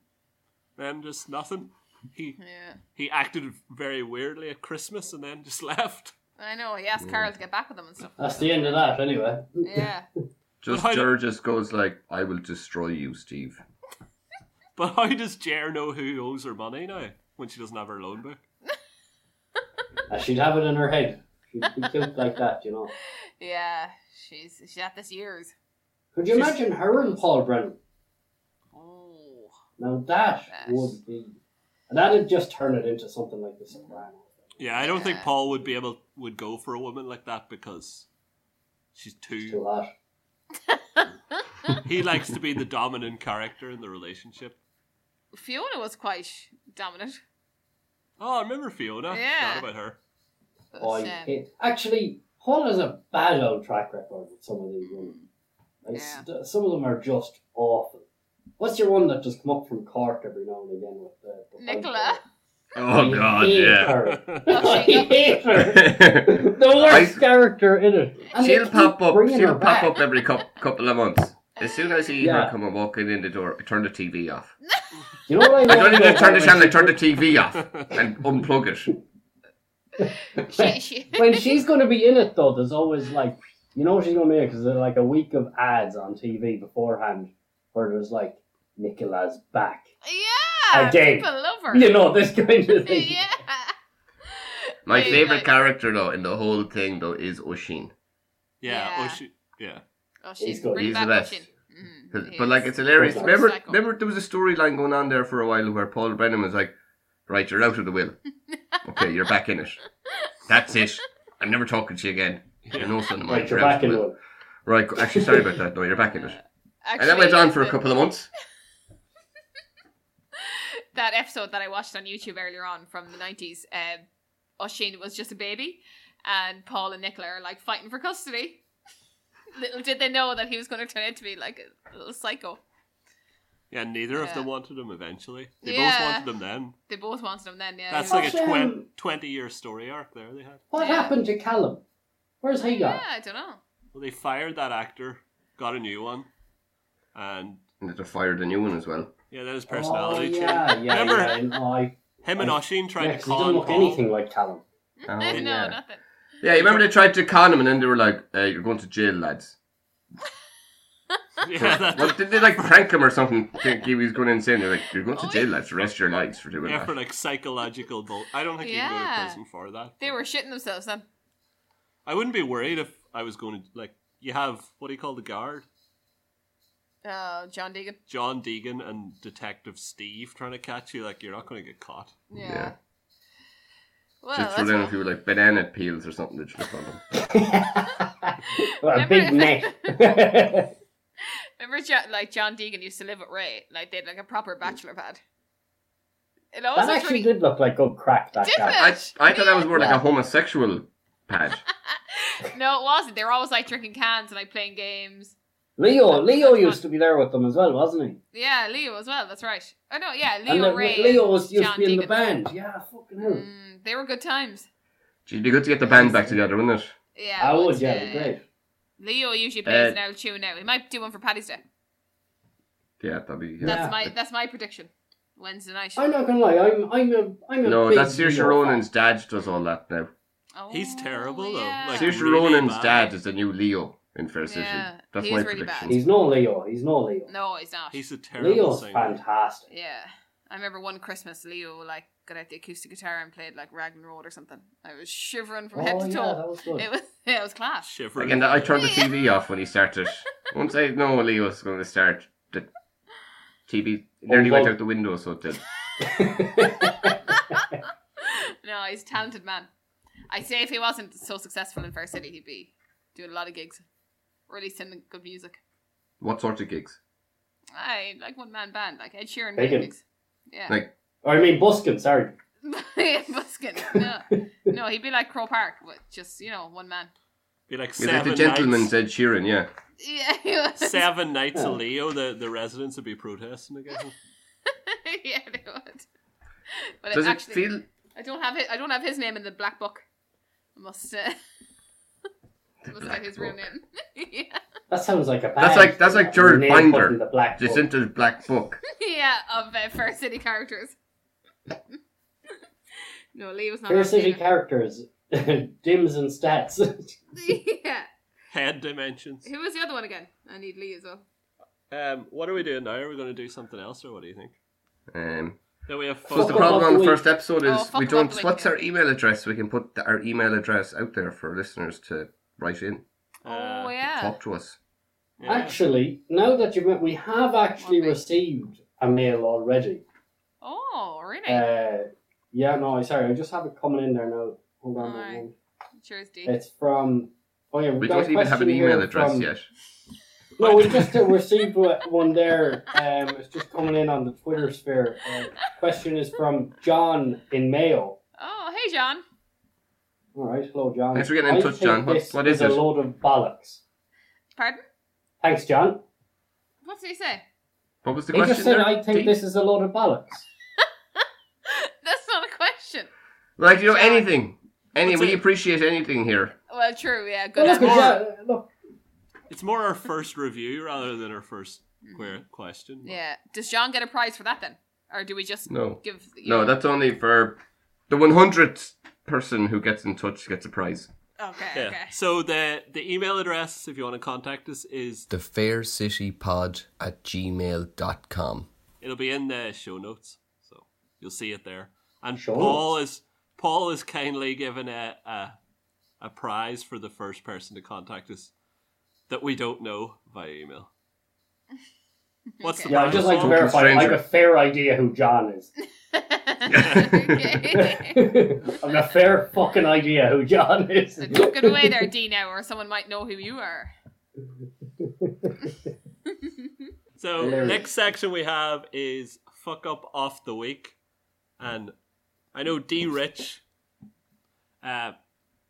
A: then just nothing. He
B: yeah,
A: he acted very weirdly at Christmas and then just left.
B: I know. He asked Carl to get back with him and stuff.
D: That's the end of that, anyway.
B: Yeah,
C: Just
A: But I don't-
C: Georges goes like, I will destroy you, Steve.
A: But how does Jer know who owes her money now when she doesn't have her loan book?
D: Uh, she'd have it in her head. She'd be cute like that, you know.
B: yeah. She's she's at this year's.
D: Could you imagine her and Paul Brennan?
B: Oh,
D: Now that
B: Yes.
D: would be. And that'd just turn it into something like the Sopranos.
A: Yeah, I don't think
B: Yeah.
A: Paul would be able would go for a woman like that because she's
D: It's too
A: too.
D: hot.
A: he likes to be the dominant character in the relationship.
B: Fiona was quite dominant.
A: Oh, I remember Fiona.
B: Yeah.
A: Forgot about her.
B: But,
D: Oh, I
B: um,
D: hate- Actually, Paul has a bad old track record with some of these women. Like,
B: Yeah.
D: st- some of them are just awful. What's your one that just come up from Cork every now and again with the, the
B: Nicola.
C: Oh god, yeah.
D: Her. I
B: Oh, she-
D: hate her. The worst
C: I-
D: character in it. And they
C: She'll
D: keep
C: pop up.
D: bringing her
C: She'll pop
D: back.
C: up every cou- couple of months. As soon as I see
D: Yeah.
C: her come walking in the door, I turn the TV off.
D: You know what I,
C: I don't
D: love
C: even
D: about
C: turn the
D: her?
C: channel. I turn the TV off and unplug it.
B: she, she,
D: when she's going to be in it though, there's always like you know what she's going to make because there's like a week of ads on TV beforehand where there's like Nicola's back,
B: yeah,
D: Again.
B: people love her.
D: you know this kind of thing.
B: yeah.
C: My
B: Hey,
C: favorite
B: like-
C: character though in the whole thing though is Oshin.
A: Yeah.
B: Yeah.
A: Oh, she. Yeah.
B: Oh,
D: He's
B: she's
D: good.
B: bring
C: He's the
B: back
C: best.
B: Oshin. Mhm,
C: 'Cause-
B: he
C: But
B: is.
C: like it's hilarious.
D: He's
C: Remember,
B: psycho.
C: remember there was a storyline going on there for a while where Paul Brennan was like, "Right, you're out of the will. Okay, you're back in it. That's it. I'm never talking to you again. You're no son of mine.
D: Right, you're
C: out
D: back
C: of the
D: in
C: will."
D: one.
C: Right, go- actually, sorry about that. No, you're back in it.
B: Actually,
C: And that went on for a
B: the-
C: couple of months.
B: That episode that I watched on YouTube earlier on from the nineties, um, Oshin was just a baby, and Paul and Nicola are like fighting for custody. Little did they know that he was going to turn out to be like a little psycho.
A: Yeah, neither of
B: Yeah.
A: them wanted him eventually. They
B: Yeah.
A: both wanted him then.
B: They both wanted him then, yeah.
A: That's
B: yeah.
A: like a twen-
D: Awesome.
A: 20 year story arc there they had.
D: What
B: Yeah.
D: happened to Callum? Where's he gone?
B: Yeah, I don't know.
A: Well, they fired that actor, got a new one, and
C: And they fired a new one as well.
A: yeah, then his personality
D: oh,
A: changed.
D: yeah, yeah,
A: Remember,
D: yeah. and I-
A: him and Oshin tried
D: yeah,
A: to
D: 'cause he
A: con
D: doesn't look
A: Paul.
D: anything like Callum.
C: Oh,
B: no,
C: yeah.
B: nothing.
C: Yeah, you remember they tried to con him and then they were like, uh, you're going to jail, lads.
A: Yeah, that's
C: Well, did they like prank him or something? Think he was going insane. They're like, you're going to
B: Oh,
C: jail, lads, for the rest of your lives for doing
A: yeah, for
C: that.
A: like psychological bull. I don't think you can go to
B: Yeah.
A: prison for that.
B: They were shitting themselves then.
A: I wouldn't be worried if I was going to like you have what do you call the guard?
B: Oh, John Deegan.
A: John Deegan and Detective Steve trying to catch you. Like you're not going to get caught.
B: Yeah.
C: Yeah.
B: Well,
C: Just
B: that's
C: throw down a
B: what-
C: few like banana peels or something to trip on him.
D: Well, a big
B: Remember-
D: net.
B: Remember, John, like John Deegan used to live at Ray. Like they had like a proper bachelor pad. It
D: that
B: also
D: actually
B: pretty-
D: did look like good crack, that
B: Did
D: guy.
B: it?
C: I, I thought that was more like
D: Yeah.
C: a homosexual pad.
B: no, it wasn't. They were always like drinking cans and like playing games.
D: Leo, Leo used to be there with them as well, wasn't he?
B: Yeah, Leo as well. That's right. Oh no, yeah,
D: and
B: Leo
D: then
B: Ray.
D: Leo
B: and
D: was used
B: John
D: to be in the
B: Deegan.
D: band. Yeah, fucking hell.
B: Mm, they were good times.
C: Gee, it'd be good to get the band back together, wouldn't it?
B: Yeah,
D: I
B: it
D: would,
B: was,
D: yeah, it'd be great.
B: Leo usually plays
C: Uh,
B: an old tune now. He might do one for Paddy's Day.
C: Yeah, that'd be. Yeah.
D: That-
B: That's my that's my prediction. Wednesday night.
D: I'm not gonna lie, I'm, I'm a, I'm a
C: no,
D: big
C: that's Saoirse
D: Leo fan.
C: Ronan's dad does all that now.
B: Oh,
A: He's terrible, though.
B: yeah.
A: Like,
C: Saoirse
A: really
C: Ronan's
A: bad.
C: dad is the new Leo in Fair City.
B: Yeah,
C: That's
B: he
C: my
B: is really
C: prediction.
D: He's no Leo. He's no Leo.
B: no, he's not.
A: He's a terrible
D: Leo's
A: singer.
D: fantastic.
B: Yeah. I remember one Christmas, Leo like got out the acoustic guitar and played like Raglan Road or something. I was shivering from head
D: oh
B: to
D: yeah, that
B: toe.
D: was good.
B: it was yeah, it was class.
A: Shivering.
C: Again, I turned the TV off when he started. Once I know Leo's going to start, the TV nearly went
D: well-
C: out the window, so it did.
B: no, he's a talented man. I say if he wasn't so successful in Fair City, he'd be doing a lot of gigs, really sending good music.
C: What sorts of gigs?
B: I like one man band, like Ed Sheeran
D: Bacon.
B: gigs. Yeah,
C: Like,
D: Or I mean, Buskin. Sorry.
B: busking. No, no, he'd be like Crow Park, with just you know one man.
A: Be like
C: is it
A: seven
C: the gentleman
A: nights.
C: said Sheeran? Yeah.
B: Yeah, he was.
A: Seven nights of
D: Yeah.
A: Leo, the, the residents would be protesting against him.
B: yeah, they would. But
C: Does
B: it
C: it
B: actually,
C: feel?
B: I don't have his, I don't have his name in the black book. I must uh, I must have
C: black
B: his real
C: book.
B: name. yeah.
D: That sounds like a band.
C: That's like that's like Jared
D: Name put in
C: Binder.
D: The black
C: Just
D: book.
C: into the black book.
B: yeah, of uh, Fair City characters. no, Leo's not.
D: Fair
B: on
D: City
B: Leo.
D: characters, dims and stats.
B: yeah.
A: Head dimensions.
B: Who was the other one again? I need Lee as well.
A: Um, what are we doing now? Are we going to do something else, or what do you think?
C: Um,
A: Now we have
C: so
A: fun.
D: Fuck
C: the
D: up
C: problem
D: all
C: on
D: the
C: the
D: week.
C: first episode is
B: Oh, fuck
C: we
B: up
C: don't.
B: all the
C: What's
B: week,
C: our email address? We can put the, our email address out there for listeners to write in,
B: oh
A: Uh,
B: yeah.
C: talk to us.
A: yeah.
D: Actually, now that you've met, we have actually
B: Okay.
D: received a mail already.
B: Oh really?
D: Uh, yeah, no, I sorry, I just have it coming in there now. Hold on, a
B: Alright.
D: moment.
B: Cheers, D.
D: it's from. Oh yeah, we've
C: We
D: got a
C: don't even have an
D: question here
C: email address
D: from-
C: yet.
D: No, we just uh, received one one there. Um, it's just coming in on the Twitter sphere. Uh, question is from John in Mayo.
B: Oh hey John.
D: All right, hello, John.
C: Thanks for getting in
D: I
C: touch,
D: think
C: John. What-
D: this
C: what is
D: a
C: it?
D: load of bollocks.
B: Pardon?
D: Thanks, John.
B: What did he say?
C: What was the
D: he
C: question?
D: just said,
C: there,
D: "I think
C: Dee?
D: this is a load of bollocks."
B: That's not a question.
C: Like you know
B: Sorry.
C: anything, any
A: What's
C: we
A: it?
C: appreciate anything here.
B: Well, true. Yeah, good.
D: Well, look,
B: answer.
D: yeah, look,
A: It's more our first review rather than our first que- question.
B: Yeah. Does John get a prize for that then, or do we just
C: No.
B: give? you
C: No,
B: know-
C: that's only for the 100th person who gets in touch gets a prize.
B: Okay.
A: Yeah.
B: Okay.
A: So the the email address, if you want to contact us, is
G: The Fair City Pod at gmail.com.
A: it'll be in the show notes, so you'll see it there. And
D: Show
A: Paul is Paul is kindly given a, a a prize for the first person to contact us that we don't know via email. What's the
D: yeah, I'd
A: prize,
D: just like to
A: Paul?
D: verify. I have
C: stranger.
D: a fair idea who John is.
B: okay.
D: I've a fair fucking idea who John is.
B: So don't get away there, Dino, or someone might know who you are.
A: So
D: Hilarious.
A: next section we have is fuck up off the week, and I know D Rich. Uh,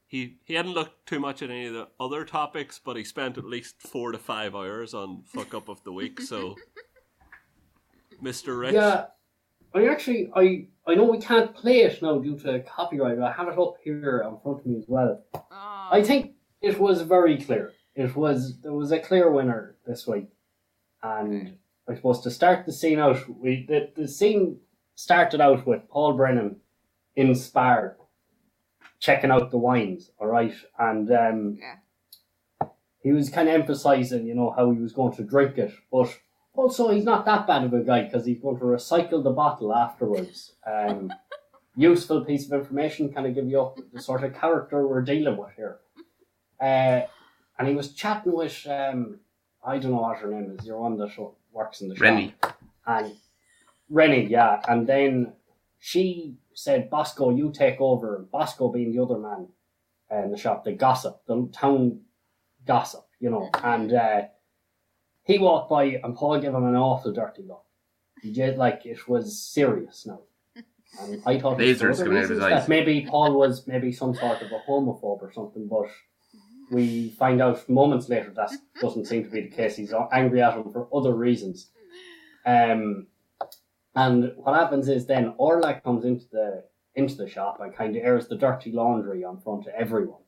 A: he he hadn't looked too much at any of the other topics, but he spent at least four to five hours on fuck up of the week. So Mr. Rich.
D: Yeah, I actually I I know we can't play it now due to copyright, but I have it up here in front of me as well.
B: Oh,
D: I think it was very clear. It was there was a clear winner this week, and I suppose to start the scene out, we the, the scene started out with Paul Brennan in Spar checking out the wines, all right, and um,
B: yeah.
D: he was kind of emphasizing, you know, how he was going to drink it, but also he's not that bad of a guy because he's going to recycle the bottle afterwards. Um, useful piece of information, kind of give you up the sort of character we're dealing with here. Uh, and he was chatting with, um, I don't know what her name is, you're one that sho- works in the shop
C: Rennie.
D: and Rennie, yeah, and then she said, "Bosco, you take over." Bosco being the other man uh, in the shop, the gossip, the town gossip, you know, and uh, he walked by, and Paul gave him an awful dirty look. He did like it was serious now. And I thought it was for
C: Lasers
D: other
C: coming out of his
D: reasons,
C: eyes.
D: that maybe Paul was maybe some sort of a homophobe or something, but we find out moments later that doesn't seem to be the case. He's angry at him for other reasons. Um, and what happens is then Orlac comes into the into the shop and kind of airs the dirty laundry on front of everyone.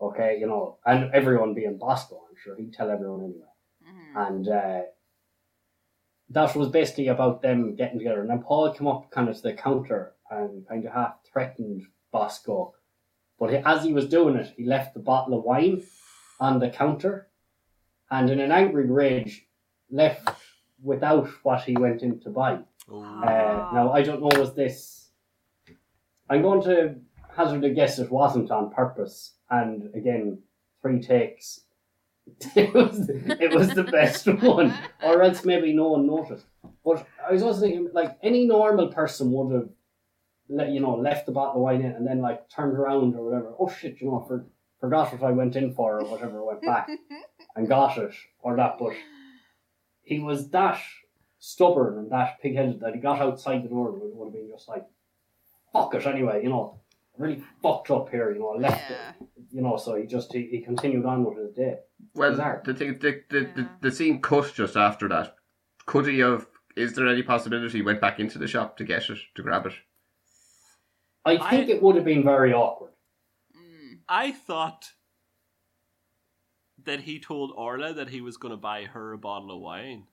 D: Okay, you know, and everyone being Bosco, I'm sure he'd tell everyone anyway. And uh, that was basically about them getting together. And then Paul came up kind of to the counter and kind of half threatened Bosco. But he, as he was doing it, he left the bottle of wine on the counter and in an angry rage left without what he went in to buy.
A: Oh.
D: Uh, now, I don't know, was this. I'm going to hazard a guess it wasn't on purpose. And again, three takes. it, was, it was the best one. Or else maybe no one noticed. But I was also thinking, like, any normal person would have, let, you know, left the bottle of wine in and then, like, turned around or whatever. Oh, shit, you know, I for, forgot what I went in for or whatever, went back and got it or that. But he was that stubborn and that pig headed that he got outside the door and would have been just like, fuck it anyway, you know, really fucked up here, you know, I left
B: Yeah.
D: it, you know, so he just he, he continued on with his day.
C: Well,
D: Bizarre.
C: the, thing, the, the, the,
B: Yeah.
C: the scene cut just after that. Could he have? Is there any possibility he went back into the shop to get it, to grab it?
D: I
A: I-
D: think it would have been very awkward.
B: Mm.
A: I thought that he told Orla that he was going to buy her a bottle of wine,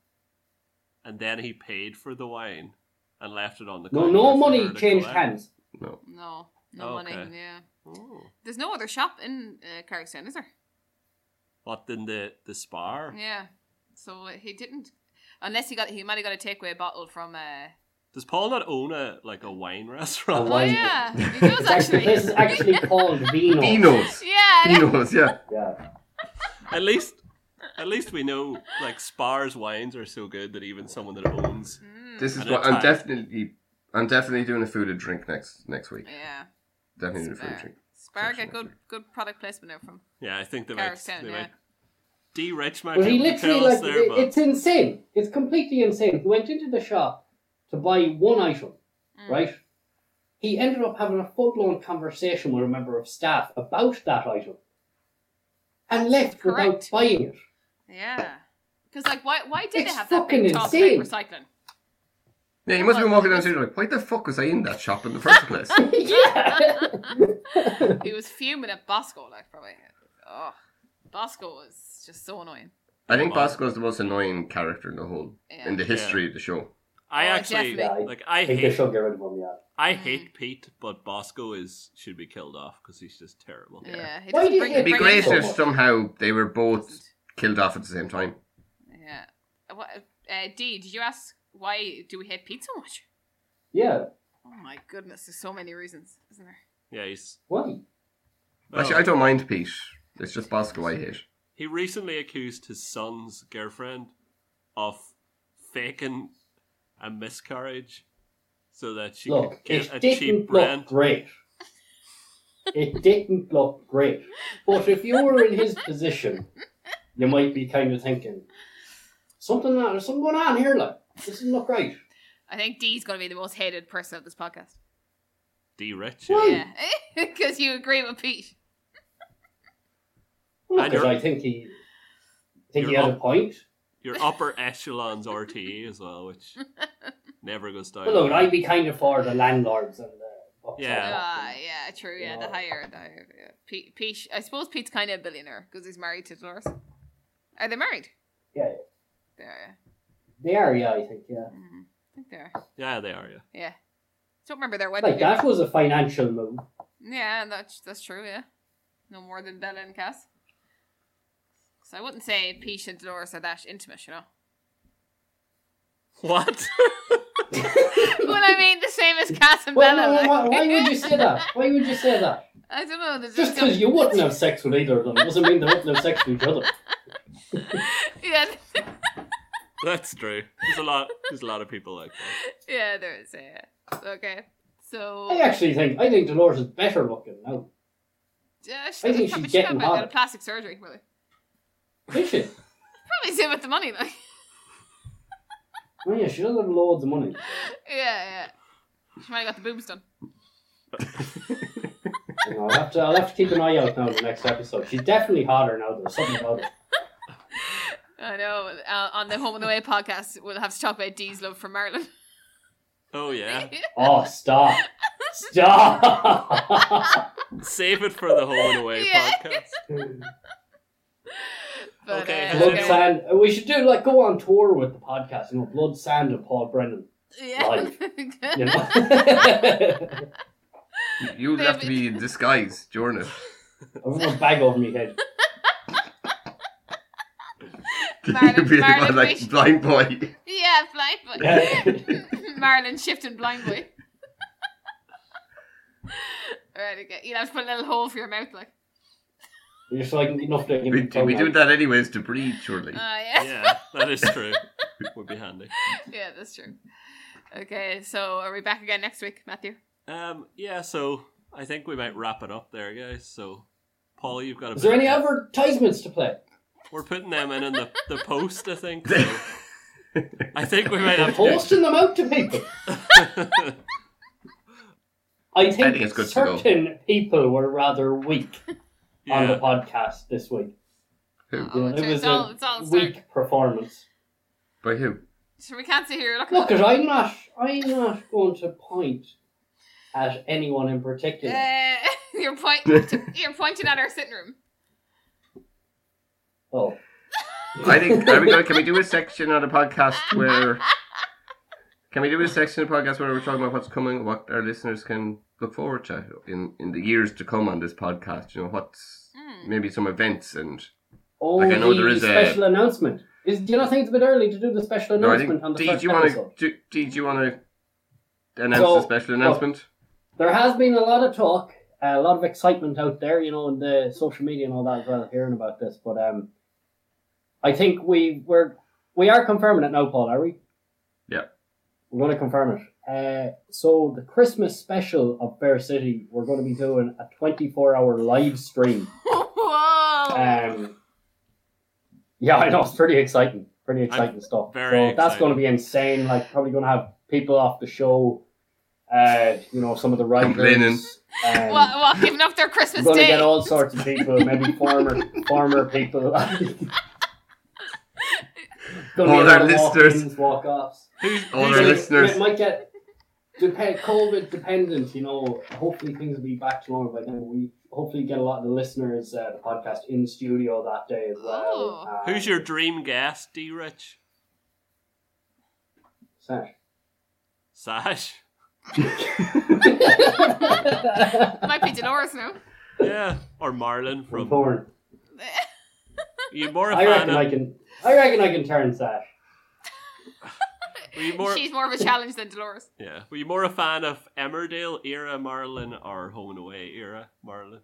A: and then he paid for the wine and left it on the.
D: No,
A: counter
D: no
A: for
D: money
A: her to
D: changed
A: collect.
D: hands.
C: No.
B: No, no
A: Okay.
B: money. Yeah.
A: Oh.
B: There's no other shop in uh, Carrickstown, is there?
A: What in the the spar?
B: Yeah. So uh, he didn't, unless he got he might have got a takeaway bottle from. Uh,
A: Does Paul not own a like a wine
D: A
A: restaurant?
B: oh
D: wine
B: yeah, he does actually.
D: This is actually called
A: Oh.
D: Vino.
C: He knows.
B: yeah.
C: He knows. Yeah.
D: Yeah.
A: at least, at least we know like Spar's wines are so good that even someone that owns
B: Mm,
C: This is
A: At
C: what
A: a
C: I'm
A: time.
C: definitely. I'm definitely doing a food and drink next next week.
B: yeah.
C: Definitely doing a food and
B: Spar.
C: drink.
B: Spar get good good product placement there from.
A: yeah, I think they might
B: Carrickstown,
A: they
B: yeah.
A: might de-rich my
D: But he
A: people to
D: literally
A: tell us
D: like
A: there,
D: it,
A: but
D: it's insane. It's completely insane. He went into the shop to buy one item, right? He ended up having a full blown conversation with a member of staff about that item. And left
B: Correct.
D: without buying it.
B: Yeah. Because like, why why did
D: It's
B: they have that
D: fucking
B: big talk about
D: insane.
B: recycling?
C: Yeah, he must have been walking down the street like, why the fuck was I in that shop in the first place?
D: yeah.
B: He was fuming at Bosco, like probably. Oh, Bosco was just so annoying.
C: I think Bosco is the most annoying character in the whole in the history of the show.
A: I
B: Oh,
A: actually
B: definitely. Mm-hmm.
D: Yeah, I
A: like I
D: I think they
A: hate
D: should get rid of him, yeah.
A: I hate Pete, but Bosco is should be killed off because he's just terrible.
B: Yeah, he
D: Why
B: doesn't
D: do you
B: bring,
D: hate
C: It'd be
B: bring
C: great
B: anything.
C: if somehow they were both killed off at the same time.
B: Yeah. Uh, What, uh, Dee, did you ask why do we hate Pete so much?
D: Yeah.
B: Oh my goodness, there's so many reasons, isn't there?
A: Yeah, he's. oh.
D: Why?
A: well,
C: Actually, I don't mind Pete. It's just Bosco I hate.
A: He recently accused his son's girlfriend of faking a miscarriage so that she
D: Look,
A: could get a
D: it
A: cheap
D: didn't
A: brand.
D: look great. It didn't look great. But if you were in his position, you might be kind of thinking, something, there's something going on here, like, this doesn't look right.
B: I think Dee's going to be the most hated person of this podcast.
A: D rich.
D: Why?
B: Yeah, because you agree with Pete.
A: And
D: Because
A: you're-
D: I think he, I think he
A: you're
D: had a
A: up-
D: point.
A: your upper echelons RTE as well, which never goes down.
D: But look, I'd be kind of for the landlords and the.
A: Yeah.
B: Ah, yeah, true. Yeah, the
D: Yeah.
B: higher, the higher. Yeah. Pete, Pete, I suppose Pete's kind of a billionaire because he's married to Dolores. Are they married?
D: Yeah,
B: They are.
D: they are, yeah, I think, yeah.
B: yeah. Mhm. I think they are.
A: yeah, they are. Yeah,
B: Yeah. Don't remember their wedding.
D: Like, that was a financial move.
B: Yeah, that's that's true. Yeah, no more than Bella and Cass. So I wouldn't say Peach and Dolores are that intimate, you know.
A: what?
B: well, I mean, the same as Cass and
D: Well,
B: Bella.
D: no, why,
B: like-
D: why would you say that? Why would you say that?
B: I don't know. there's
D: Just
B: some-
D: because you wouldn't have sex with either of them doesn't mean they wouldn't have sex with each other.
B: Yeah,
A: That's true. There's a lot. There's a lot of people like that.
B: yeah, there is. Yeah. Okay. So.
D: I actually think I think Dolores is better looking now.
B: Yeah,
D: I think she's
B: probably
D: getting
B: probably got a
D: hotter.
B: plastic surgery, really.
D: Is she?
B: Probably save up the money, like.
D: Oh yeah, she does have loads of money.
B: yeah, yeah. She might have got the boobs done.
D: You know, I'll, have to, I'll have to keep an eye out now in the next episode. She's definitely hotter now. There's something about it.
B: I know. Uh, on the Home and Away podcast, we'll have to talk about Dee's love for Marilyn.
A: Oh yeah,
D: Oh, stop! Stop!
A: save it for the home and away
B: Yeah.
A: podcast.
B: But,
A: Okay,
B: uh,
A: has
D: Blood
A: anyone-
D: Sand. We should do like go on tour with the podcast. You know, Blood Sand and Paul Brennan.
B: Yeah.
D: Live. You know,
C: You- You'll have to be in disguise during it.
D: I've got a bag over my head.
B: Marlon-
C: You'll be
B: Marlon Fish.
C: like blind boy.
B: yeah, blind boy.
D: Yeah.
B: Marilyn shifting blind boy. Alright, okay. You'll have to put a little hole for your mouth, like.
D: You're just like enough to give
C: We,
D: me
C: do- we
D: tongue
C: do
D: out.
C: that anyways to breathe, surely.
B: Oh, yeah. yeah.
A: Yeah, that is true. Would be handy.
B: that's true. Okay, so are we back again next week, Matthew?
A: Um, yeah. So I think we might wrap it up there, guys. So, Paul, you've got. A
D: Is there
A: bit-
D: any advertisements to play?
A: We're putting them in in the, the post. I think. So
B: Uh.
A: I think we might have to.
D: Posting them out to people.
A: do-
D: I think,
C: think it's good to go.
D: certain people were rather weak on the
A: yeah.
D: podcast this week.
B: Oh,
D: Yeah,
B: it's, it's all, it's all
D: weak
B: stark.
D: performance.
C: By who?
B: So we can't sit here. Look,
D: Look, at I'm not, I'm not going to point at anyone in particular.
B: Uh, you're pointing. You're pointing at our sitting room.
D: Oh,
C: I think are we gonna, can we do a section on the podcast where can we do a section of the podcast where we're talking about what's coming, what our listeners can look forward to in, in the years to come on this podcast, you know, what's
B: Hmm.
C: maybe some events and
D: oh,
C: Like, I know
D: the
C: there is a-
D: special announcement. Is, do you not think it's a bit early to do the special
C: no, I
D: announcement
C: think
D: on the
C: Dee,
D: first
C: do you wanna
D: episode?
C: do, Dee, do you wanna announce
D: So,
C: a special announcement?
D: There has been a lot of talk, a lot of excitement out there, you know, in the social media and all that as well, hearing about this. But um, I think we we're we are confirming it now, Paul. Are we?
C: Yeah.
D: We're going to confirm it. Uh, so the Christmas special of Bear City, we're going to be doing a twenty-four hour live stream.
B: Whoa!
D: Um, yeah, I know it's pretty exciting, pretty exciting stuff.
A: very
D: so that's
A: excited.
D: going to be insane. Like probably going to have people off the show. Uh, you know, some of the writers.
C: Complaining.
D: Um,
B: well, well, giving up their Christmas
D: we're going to
B: day.
D: get all sorts of people, maybe former former people. Gonna
C: All
D: be a lot
C: our
D: of
C: listeners.
D: walk-ins, walk-offs.
A: Who's,
C: All
A: who's
C: our
A: the-
D: Might-
C: listeners.
D: might get depend, COVID dependent. You know, hopefully things will be back to normal by then. We hopefully get a lot of the listeners uh, the podcast in studio that day as well.
B: Oh.
D: Uh,
A: who's your dream guest, D. Rich?
D: Sash.
A: Sash.
B: Might be Dolores now.
A: Yeah, or Marlon
D: From
A: from.
D: porn.
A: You more a
D: I
A: fan
D: reckon I
A: of?
D: can. I reckon I can turn Sash.
A: Were you more?
B: She's more of a challenge than Dolores.
A: Yeah. Were you more a fan of Emmerdale era Marlon or Home and Away era Marlon?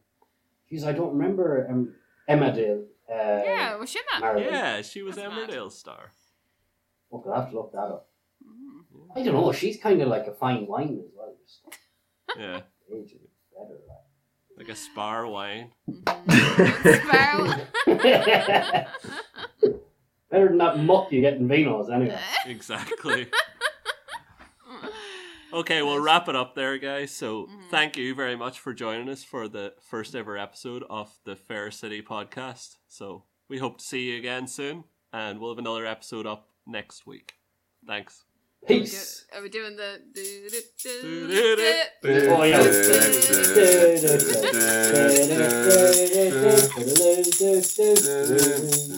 D: Jeez, I don't remember um, Emma Dale. Uh,
B: yeah, was she in that?
D: Marilyn.
A: Yeah, she was
B: That's mad.
A: Emmerdale's star.
D: Look, I'll have to look that up.
B: Mm.
D: I don't know. She's kind of like a fine wine as well. Just
A: Yeah,
D: aging better.
A: like a spar wine.
B: Sparrow.
D: Like. better than that muck you get in Vino's anyway.
A: Exactly. Okay, we'll wrap it up there, guys. So
B: Mhm.
A: thank you very much for joining us for the first ever episode of the Fair City podcast. So we hope to see you again soon. and we'll have another episode up next week. Thanks.
D: Peace.
B: Are we doing the?
D: Oh, yeah.